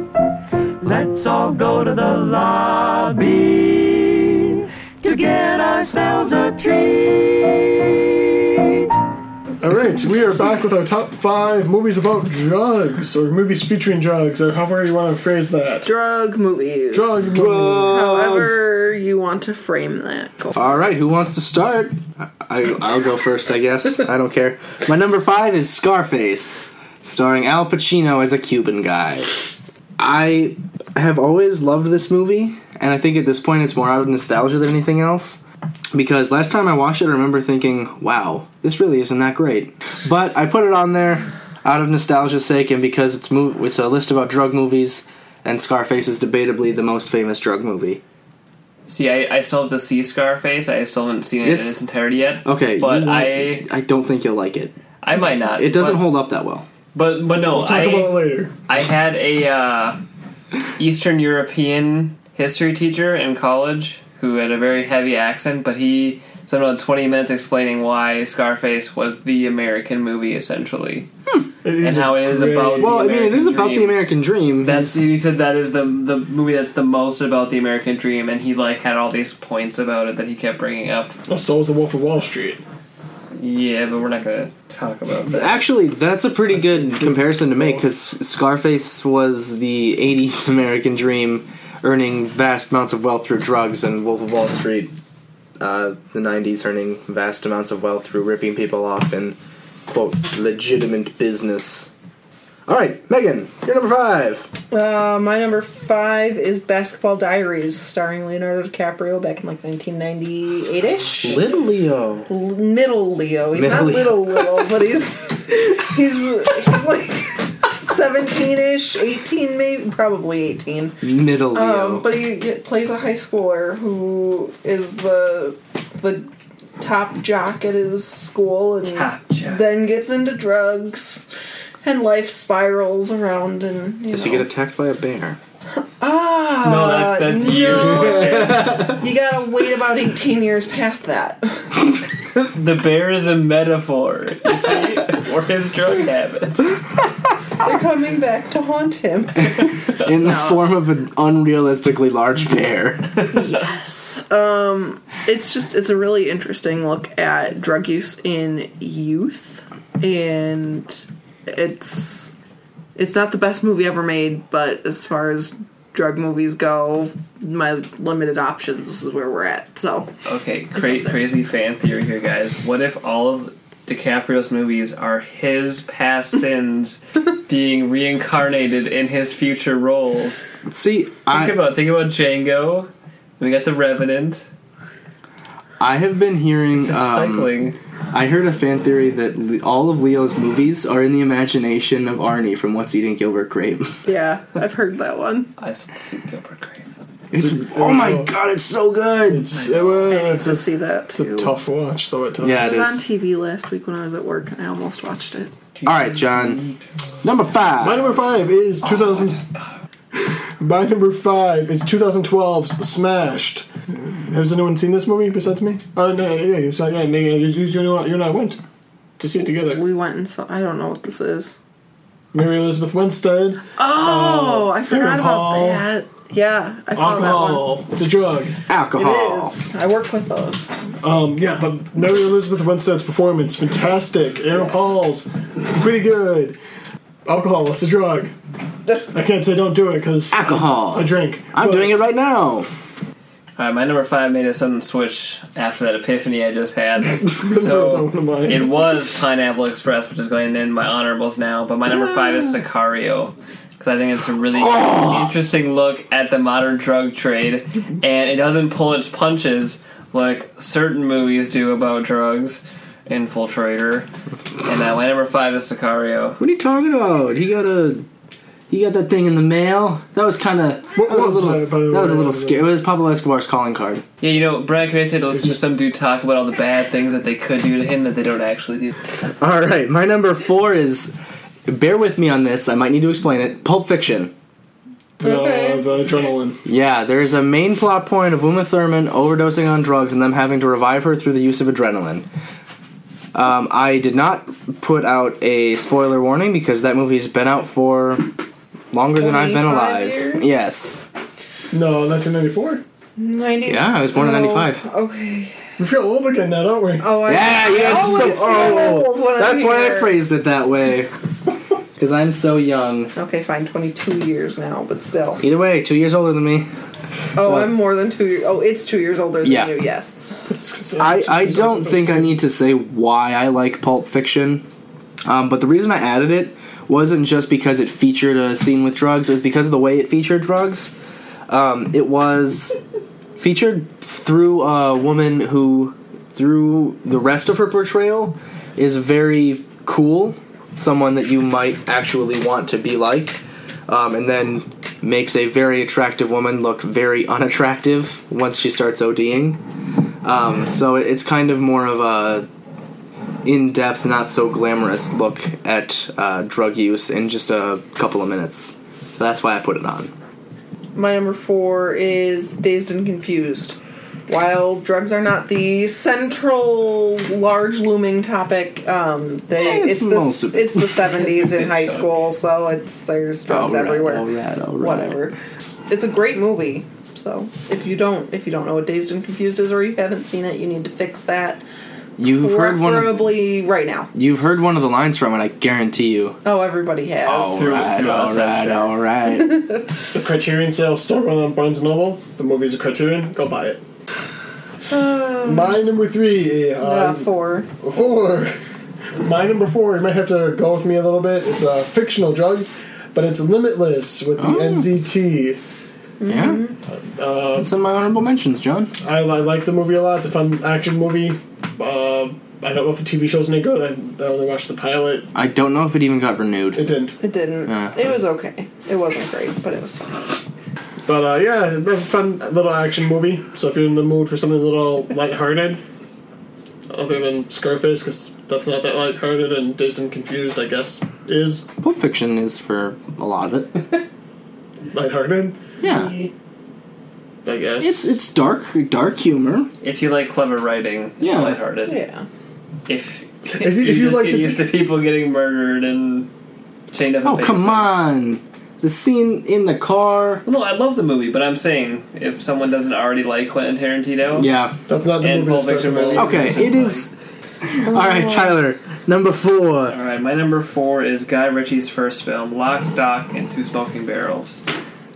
Let's all go to the lobby to get ourselves a treat. All right, we are back with our top five movies about drugs or movies featuring drugs or however you want to phrase that. Drug movies. Drug movies. However, you want to frame that. Go. All right, who wants to start? I, I'll go first, I guess. I don't care. My number five is Scarface, starring Al Pacino as a Cuban guy. I have always loved this movie, and I think at this point it's more out of nostalgia than anything else. Because last time I watched it, I remember thinking, wow, this really isn't that great. But I put it on there out of nostalgia's sake and because it's, mov- it's a list about drug movies, and Scarface is debatably the most famous drug movie. See, I, I still have to see Scarface. I still haven't seen it in It's- its entirety yet. Okay, you but might- I I don't think you'll like it. I might not. It doesn't but, hold up that well. But but no, We'll talk I about it later. I had a uh, Eastern European history teacher in college who had a very heavy accent, but he spent about twenty minutes explaining why Scarface was the American movie essentially, and how it is about. the Hmm. Well, I mean, it is about dream. the American dream. That's he said that is the the movie that's the most about the American dream, and he like had all these points about it that he kept bringing up. Well, so is The Wolf of Wall Street. Yeah, but we're not gonna talk about that. Actually, that's a pretty good comparison to make because Scarface was the '80s American dream, earning vast amounts of wealth through drugs, and Wolf of Wall Street, uh, the '90s, earning vast amounts of wealth through ripping people off in quote legitimate business. All right, Megan, you're number five. Uh, my number five is Basketball Diaries, starring Leonardo DiCaprio back in like 1998 ish. Little Leo. Middle Leo. He's not Middle little little, but he's he's he's like 17 ish, 18 maybe, probably 18. Middle Leo. Um, but he plays a high schooler who is the the top jock at his school, and Top then gets into drugs, and life spirals around. And you Does know. he get attacked by a bear? ah? No, that's- that's no. you. you gotta wait about 18 years past that. The bear is a metaphor, you see, for his drug habits. They're coming back to haunt him. In the form of an unrealistically large bear. yes. Um, it's just it's a really interesting look at drug use in youth, and it's it's not the best movie ever made, but as far as drug movies go, my limited options, this is where we're at. So Okay, cra- crazy fan theory here, guys. What if all of DiCaprio's movies are his past sins being reincarnated in his future roles? See, think about think about Django. We got the Revenant. I have been hearing. It's just um, cycling. I heard a fan theory that le- all of Leo's movies are in the imagination of Arnie from What's Eating Gilbert Grape. yeah, I've heard that one. I see Gilbert Grape. It's, oh my god, it's so good. It's, it, well, it's to see that. It's a tough watch though at times. Yeah, it was is. on TV last week when I was at work. and I almost watched it. All right, John. Number five. My number five is 2000. My number five is 2012's Smashed. Has anyone seen this movie besides me? Oh no, yeah, you saw, yeah, yeah, you, you, you know what, you and I went to see it together. We went and saw. I don't know what this is. Mary Elizabeth Winstead. Oh, uh, I forgot Aaron about Paul, that. Yeah, I saw Alcohol. It's a drug. that one. It is. I work with those. Um, yeah, but Mary Elizabeth Winstead's performance, fantastic. Aaron Paul's, pretty good. Alcohol, it's a drug. I can't say don't do it because Alcohol. I, drink. I'm doing it right now. All right, my number five made a sudden switch after that epiphany I just had. so it was Pineapple Express, which is going in my honorables now. But my number five is Sicario because I think it's a really interesting look at the modern drug trade, and it doesn't pull its punches like certain movies do about drugs. Infiltrator, and uh, my number five is Sicario. What are you talking about? He got a. He got that thing in the mail. That was kind of. That what was was a little. that, by the That, way? was a little scary. It was Pablo Escobar's calling card. Yeah, you know, Brad Grace had to listen to some dude talk about all the bad things that they could do to him that they don't actually do. All right, my number four is. Bear with me on this. I might need to explain it. Pulp Fiction. The, the adrenaline. Yeah, there is a main plot point of Uma Thurman overdosing on drugs and them having to revive her through the use of adrenaline. Um, I did not put out a spoiler warning because that movie's been out for longer than I've 25 been alive. years? Yes. No, 1994. 90. Yeah, I was born in 95. Oh, Okay. We feel old again now, don't we? Oh, I Yeah, you guys are always so feel old. old when I'm That's why I here. phrased it that way. Because I'm so young. Okay, fine. 22 years now, but still. Either way, two years older than me. Oh, Uh, I'm more than two years. Oh, it's two years older than Yeah. you. Yes. I, I don't think I need to say why I like Pulp Fiction, um, but the reason I added it wasn't just because it featured a scene with drugs. It was because of the way it featured drugs. Um, it was featured through a woman who, through the rest of her portrayal, is very cool. Someone that you might actually want to be like, um, and then makes a very attractive woman look very unattractive once she starts ODing. Um, so it- it's kind of more of a in-depth, not so glamorous look at uh, drug use in just a couple of minutes. So that's why I put it on. My number four is Dazed and Confused. While drugs are not the central, large looming topic, um, they Eh, it's it's, most of the it. it's the seventies in high school, so it's there's drugs Alright, everywhere. alright, alright. Whatever. It's a great movie. So if you don't if you don't know what Dazed and Confused is or you haven't seen it, you need to fix that. You've heard one. Of, preferably right now. you've heard one of the lines from it. I guarantee you. Oh, everybody has. All right, all right, all right. The Criterion sale still run on Barnes & Noble. The movie's a Criterion. Go buy it. My number three. Uh, Uh, four. Four. My number four. You might have to go with me a little bit. It's a fictional drug, but it's limitless with the NZT. Yeah. Uh, It's in my honorable mentions, John. I, I like the movie a lot. It's a fun action movie. Uh, I don't know if the TV show's any good. I, I only watched the pilot. I don't know if it even got renewed. It didn't. It didn't. Yeah. It was okay. It wasn't great, but it was fun. But uh, yeah, it's a fun little action movie. So if you're in the mood for something a little lighthearted, other than Scarface, because that's not that lighthearted, and Dazed and Confused, I guess, is Pulp Fiction is for a lot of it. lighthearted. Yeah. I guess It's it's dark dark humor. If you like clever writing, it's Yeah. lighthearted. Yeah. If if you- you, if you just like get to- used to people getting murdered and chained up. Oh in come on! The scene in the car. No, I love the movie, but I'm saying if someone doesn't already like Quentin Tarantino, Yeah. That's not the and movie Pulp to start Fiction the movie. movies. Okay, it's it just is. All right, Tyler. Number four. All right, my number four is Guy Ritchie's first film, Lock, Stock, and Two Smoking Barrels.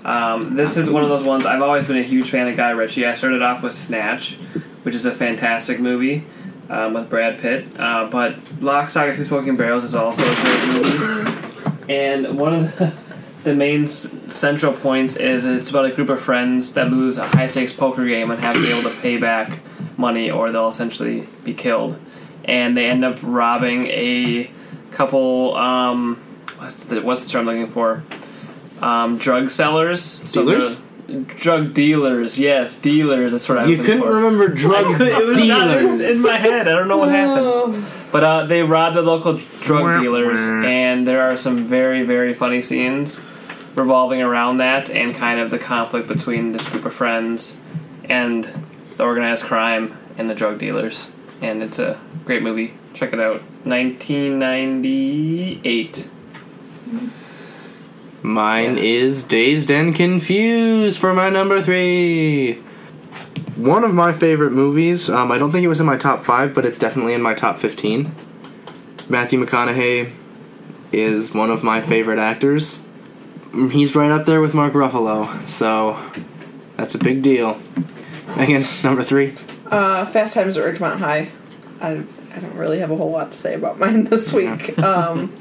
Um, this is one of those ones I've always been a huge fan of Guy Ritchie. I started off with Snatch, which is a fantastic movie um, with Brad Pitt. Uh, but Lock, Stock, and Two Smoking Barrels is also a great movie. And one of the, the main s- central points is it's about a group of friends that lose a high stakes poker game and have to be able to pay back money or they'll essentially be killed. And they end up robbing a couple. Um, what's the what's the term I'm looking for? Um, drug sellers, So Dealers? they're- drug dealers. Yes, dealers. That's what I was You looking couldn't for. remember drug I could- it was not in, dealers. in my head. I don't know what happened. But uh, they rob the local drug dealers, and there are some very, very funny scenes revolving around that and kind of the conflict between this group of friends and the organized crime and the drug dealers. And it's a great movie. Check it out. 1998. Mine is Dazed and Confused for my number three. One of my favorite movies. Um, I don't think it was in my top five, but it's definitely in my top 15. Matthew McConaughey is one of my favorite actors. Mm, He's right up there with Mark Ruffalo, so that's a big deal. Megan, number three. Uh, Fast Times at Ridgemont High. I, I don't really have a whole lot to say about mine this week. Um,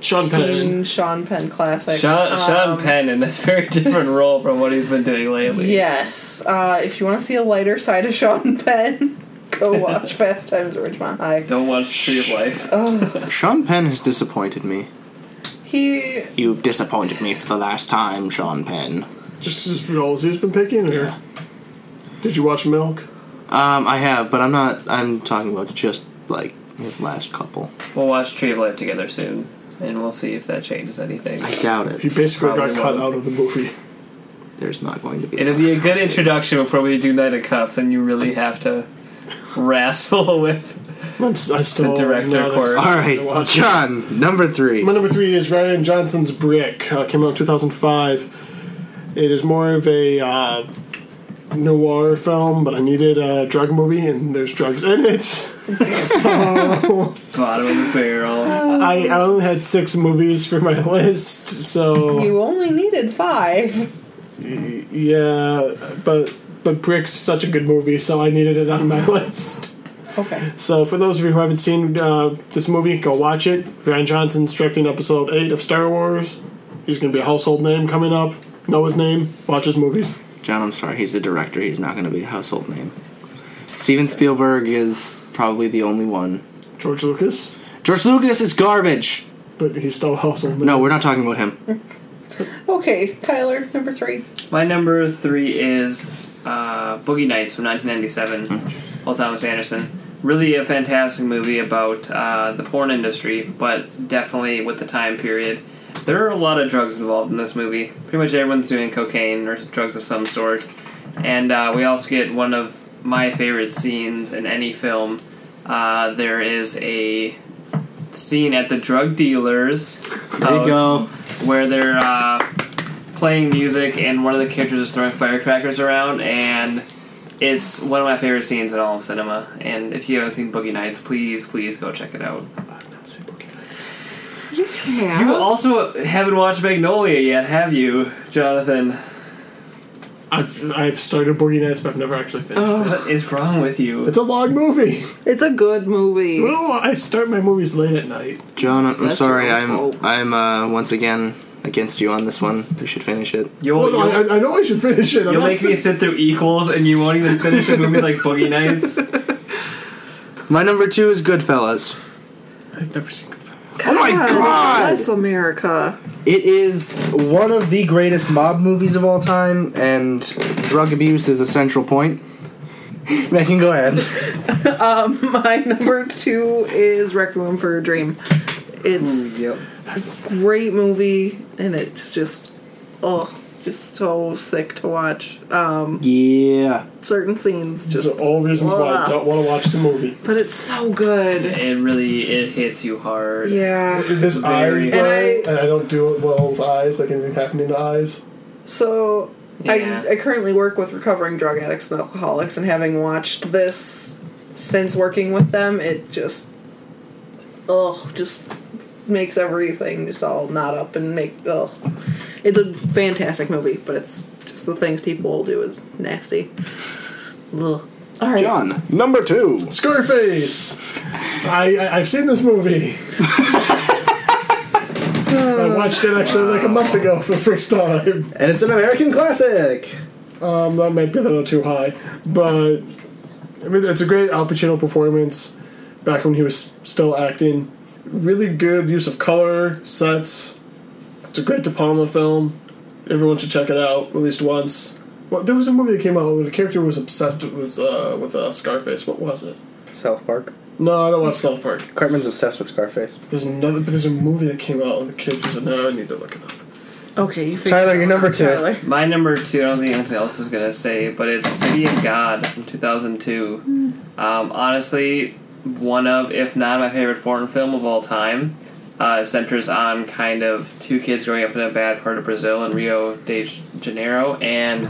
Sean teen Sean Penn classic. Sean, Sean Um, Penn in this very different role from what he's been doing lately. Yes. Uh, if you want to see a lighter side of Sean Penn, go watch Fast Times at Ridgemont High. Don't watch Tree of Life. Oh, Sean Penn has disappointed me. he You've disappointed me for the last time, Sean Penn. Just just roles he's been picking. Or Did you watch Milk? Um, I have, but I'm not. I'm talking about just like his last couple. We'll watch Tree of Life together soon, and we'll see if that changes anything. I doubt it. He basically Probably got cut out won't. of the movie. There's not going to be. It'll be a good introduction before we do Knight of Cups, and you really have to wrestle with I'm, s- I still the not director excited course. to watch it. number three. My number three is Ryan Johnson's Brick. Uh, came out in 2005. It is more of a uh, noir film, but I needed a drug movie, and there's drugs in it. so bottom of the barrel. I, I only had six movies for my list, so you only needed five. yeah. But but Brick's such a good movie, so I needed it on my list. Okay. So, for those of you who haven't seen uh, this movie, go watch it. Ryan Johnson's directing episode 8 of Star Wars. He's going to be a household name coming up. Know his name. Watch his movies. John, I'm sorry, he's the director. He's not going to be a household name. Steven Spielberg is probably the only one. George Lucas? George Lucas is garbage. But he's still a household name. No, we're not talking about him. Okay, Tyler, number three. My number three is uh, Boogie Nights from Hmm. 1997, Paul Thomas Anderson. Really a fantastic movie about uh, the porn industry, but definitely with the time period. There are a lot of drugs involved in this movie. Pretty much everyone's doing cocaine or drugs of some sort. And uh, we also get one of my favorite scenes in any film. Uh, there is a scene at the drug dealers. There you house go. Oh. Where they're uh, playing music and one of the characters is throwing firecrackers around and it's one of my favorite scenes in all of cinema and if you haven't seen boogie nights please please go check it out Yes, you you also haven't watched magnolia yet have you jonathan I've, I've started Boogie Nights, but I've never actually finished what is wrong with you it. It's a long movie. It's a good movie. Well, I start my movies late at night. John, I'm That's sorry. your I'm I'm uh, once again against you on this one. We should finish it. You'll, Well, no, I, I know I should finish it. I'm you'll not make me saying- sit through equals and you won't even finish a movie like boogie nights My number two is Goodfellas. I've never seen Goodfellas. Oh my God! Bless America. It is one of the greatest mob movies of all time, and drug abuse is a central point. Megan, go ahead. um, my number two is Requiem for a Dream. It's it's a great movie, and it's just oh, just so sick to watch. Um, yeah. certain scenes These just are all reasons why I don't want to watch the movie. But it's so good. it really it hits you hard Yeah. There's eyes, Very- And though, and I don't do it well with eyes, like anything happening to eyes. So Yeah. I I currently work with recovering drug addicts and alcoholics, and having watched this since working with them, it just oh just makes everything just all knot up and make oh It's a fantastic movie, but it's just the things people will do is nasty. Ugh. All right. John. Number two. Scarface. I, I I've seen this movie. I watched it actually like a month ago for the first time. And it's an American classic. Um, that might be a little too high, but I mean it's a great Al Pacino performance. Back when he was still acting, really good use of color sets. It's a great De Palma film. Everyone should check it out at least once. Well, there was a movie that came out where the character was obsessed with uh, with uh, Scarface. What was it? South Park. No, I don't watch South Park. Cartman's obsessed with Scarface. There's another. But there's a movie that came out and the characters. No, I need to look it up. Okay, you Tyler, you're number two. My number two, I don't think anyone else is gonna say, but it's City of God from 2002. Um, honestly, one of, if not my favorite foreign film of all time. Uh, it centers on kind of two kids growing up in a bad part of Brazil in Rio de Janeiro, and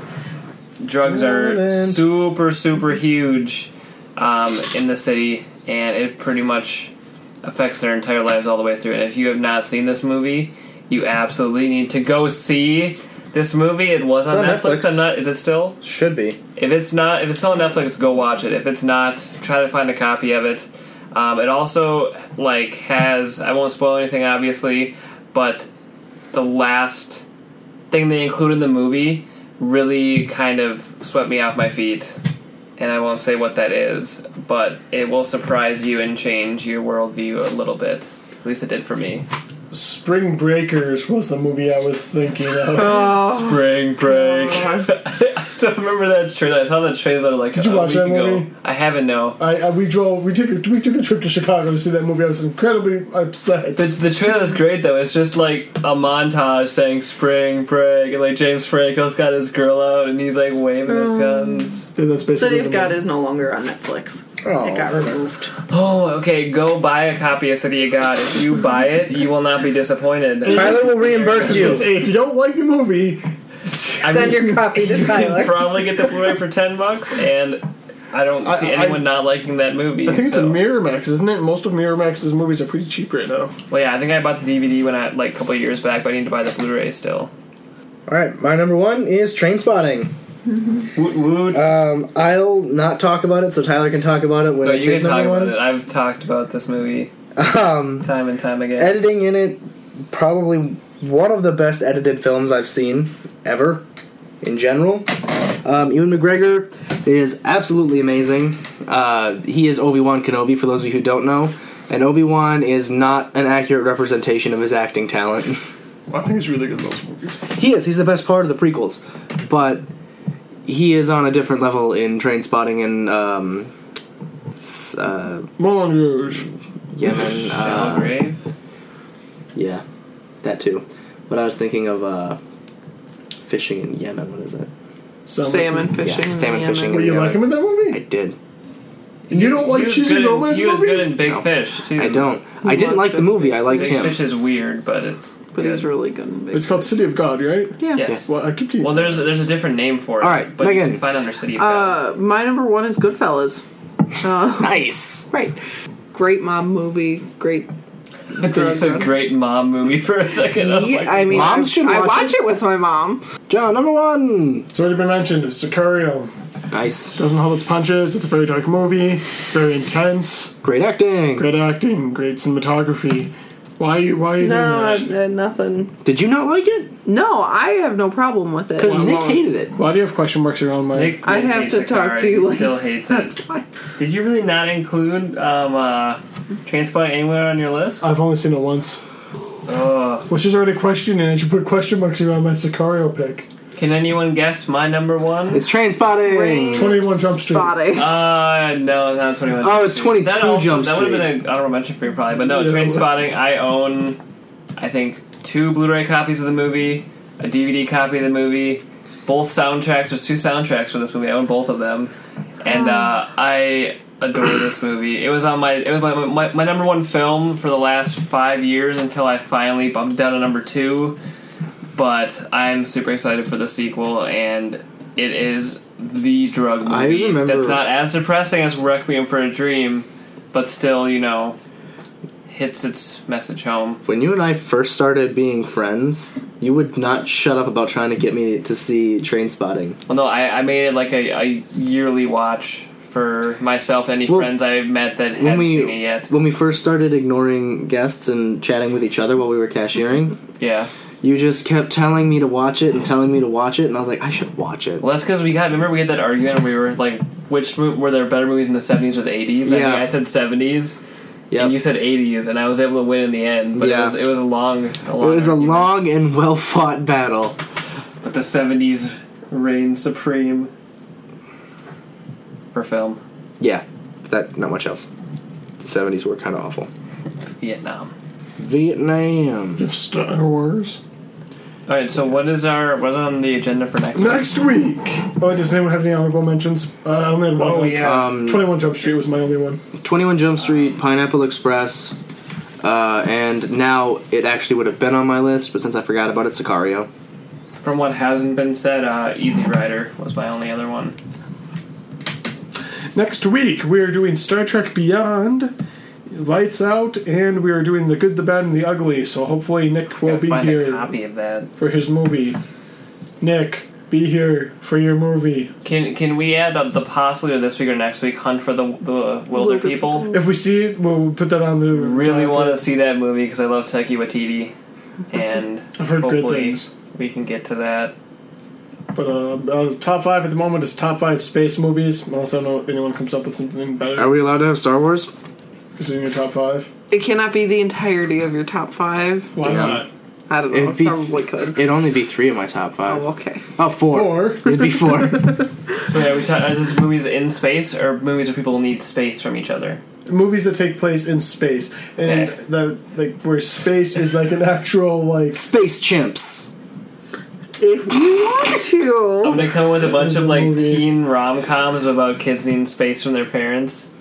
drugs are Relevant. super, super huge um, in the city, and it pretty much affects their entire lives all the way through. And if you have not seen this movie, you absolutely need to go see this movie. It was It's on, on Netflix. Netflix. I'm not. Is it still? Should be. If it's not, if it's still on Netflix, go watch it. If it's not, try to find a copy of it. Um, it also like has. I won't spoil anything, obviously, but the last thing they include in the movie really kind of swept me off my feet. And I won't say what that is, but it will surprise you and change your worldview a little bit. At least it did for me. Spring Breakers was the movie I was thinking of. Oh. Spring break. I still remember that trailer. I saw that trailer like Oh Did you a watch week that ago. movie? I haven't. No. I, I we drove we took a, we took a trip to Chicago to see that movie. I was incredibly upset. The, the trailer is great though. It's just like a montage saying "Spring Break" and like James Franco's got his girl out and he's like waving his Oh. guns. Yeah, that's City of God is no longer on Netflix. Oh, it got removed. Oh, okay. Go buy a copy of City of God. If you buy it, you will not be disappointed. Tyler will reimburse Just you. gonna say, if you don't like the movie, Send your copy to you Tyler. can probably get the Blu-ray for ten bucks, and I don't I- see I- anyone not liking that movie. I think it's a so- Miramax, isn't it? Most of Miramax's movies are pretty cheap right now. Well, yeah, I think I bought the DVD when I like a couple of years back, but I need to buy the Blu-ray still. All right, my number one is Train Spotting. Woot woot. Um, I'll not talk about it, so Tyler can talk about it when Uh, No, it's you his can talk number about one. it. I've talked about this movie Um, time and time again. Editing in it, probably one of the best edited films I've seen ever, in general. Um, Ewan McGregor is absolutely amazing. Uh, he is Obi Wan Kenobi, for those of you who don't know. And Obi Wan is not an accurate representation of his acting talent. I think he's really good in those movies. He is. He's the best part of the prequels, but he is on a different level in Train Spotting and um, s- uh, Moulin Rouge. Yemen. Shallow Uh, Yeah, that too. But I was thinking of uh, fishing in Yemen. What is it? Salmon Salmon fishing Yeah, in salmon Yemen. fishing. Were in you Yemen. like him in that movie? I did. And you don't He like was cheesy good in- romance He was movies? good in Big Fish too. I don't. I didn't like the movie. I liked Big him. Fish is weird, but it's but he's really good. In It's called City of God, right? Yeah. Yes. Well, I keep getting Well, there's there's a different name for it. All right, but you Megan. can find it under City of God. Uh, my number one is Goodfellas. Uh, nice. Right. Great mom movie. Great. I think it's a great mom movie for a second. I was Yeah, like, I mean, "Mom I, I watch it. with my mom. John, number one. It's already been mentioned. It's Sicario. Nice. Doesn't hold its punches. It's a very dark movie. Very intense. Great acting. Great acting. Great cinematography. Why? are you- Why are you No, I, doing that? uh, nothing. Did you not like it? No, I have no problem with it. it. Why do you have question marks around my? Nick I'd have hates to it, talk Kara. to you He later. Still hates it. Did you really not include um, uh, Transplant anywhere on your list? Oh. I've only seen it once. Ugh. Which is already questioning. I should put question marks around my Sicario pick. Can anyone guess my number one? It's Train Spotting. It's 21 Jump Street. Uh, no, it's not 21. Oh, it's 22 That also- Jump That would have Street. been an honorable mention for you, probably. But no, Yeah, it Train was. Spotting, I own, I think, two Blu ray copies of the movie, a DVD copy of the movie, both soundtracks. There's two soundtracks for this movie. I own both of them. Um, And uh, I adore this movie. It was on my it was my, my, my number one film for the last five years until I finally bumped down to number two. But I'm super excited for the sequel, and it is the drug movie. I remember- That's not as depressing as Requiem for a Dream, but still, you know, hits its message home. When you and I first started being friends, you would not shut up about trying to get me to see Train Spotting. Well, no, I, I made it like a, a yearly watch for myself and any Well, friends I've met that When haven't seen it we yet. when we first started ignoring guests and chatting with each other while we were cashiering, Yeah. you just kept telling me to watch it and telling me to watch it, and I was like, I should watch it. Well, that's because we got. Remember, we had that argument. where We were like, which mo- were there better movies in the seventies or the eighties? I, Yeah. think I said seventies. And you said eighties, and I was able to win in the end. But Yeah. it was it was a long, a It long was a long and well fought battle. But the seventies reigned supreme for film. Yeah, that not much else. The seventies were kind of awful. Vietnam. Vietnam. Star Wars. All right. So what is our what's on the agenda for next? Next week. Oh, does anyone have any honorable mentions? Uh, I only had one. Oh, yeah. Um, Twenty One Jump Street was my only one. Twenty One Jump Street, Pineapple Express, uh, and now it actually would have been on my list, but since I forgot about it, Sicario. From what hasn't been said, uh, Easy Rider was my only other one. Next week we are doing Star Trek Beyond, Lights Out, and we are doing The Good, the Bad, and the Ugly. So hopefully Nick will be Find a here copy of that. for his movie. Nick, be here for your movie. Can can we add uh, the possibly to this week or next week? Hunt for the the Wilder People. If we see it, we'll put that on the. Really want to see that movie because I love Taiki Waititi, and I've heard good hopefully things. we can get to that. But uh, uh, top five at the moment is top five space movies. Unless I don't know if anyone comes up with something better. Are we allowed to have Star Wars? Is it in your top five? It cannot be the entirety of your top five. Why not? I don't know. It'd be- probably could. It'd only be three of my top five. Oh, okay. Oh, four. Four. It'd be four. So yeah, we talk, are these movies in space or movies where people need space from each other? Movies that take place in space, and Okay. the like where space is like an actual like space chimps. If you want to, I'm gonna come with a bunch of like teen rom coms about kids needing space from their parents.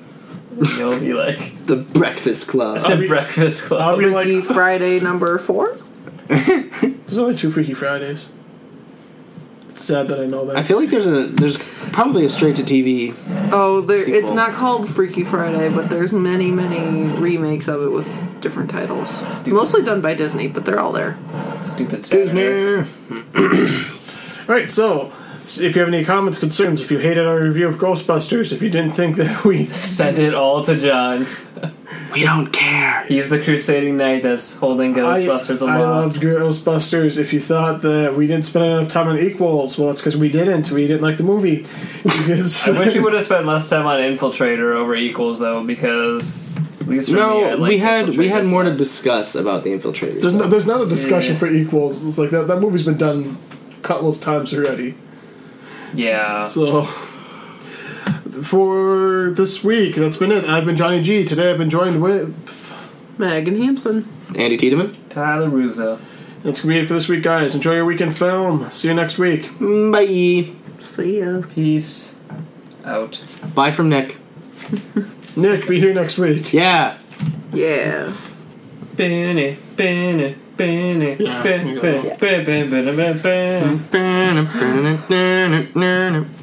You'll be like the Breakfast Club. The Breakfast Club. Freaky Friday number four. There's only two Freaky Fridays. It's sad that I know that. I feel like there's a there's probably a straight to TV. Oh, there, it's Sequel. not called Freaky Friday, but there's many, many remakes of it with different titles. Mostly done by Disney, but they're all there. Stupid All right, so if you have any comments, concerns, if you hated our review of Ghostbusters, if you didn't think that we send it all to John. We don't care. He's the crusading knight that's holding Ghostbusters I, um, I aloft. loved Ghostbusters. If you thought that we didn't spend enough time on equals, well, that's because we didn't. We didn't like the movie. Because I, wish we would have spent less time on Infiltrator over Equals though, because at least for me, I No, like we had we had Infiltrators. more to discuss about the infiltrators. there's no, there's not a discussion Yeah. for equals. It's like that that movie's been done countless times already. Yeah. So for this week, that's been it. I've been Johnny G. Today, I've been joined with Megan Hampson. Andy Tiedemann. Tyler Russo. That's gonna be it for this week, guys. Enjoy your weekend film. See you next week. Bye. See ya. Peace out. Bye from Nick. Nick, be here next week. Yeah. Yeah. Benny, Benny, Benny, Benny, Benny, Benny, Benny. Bye.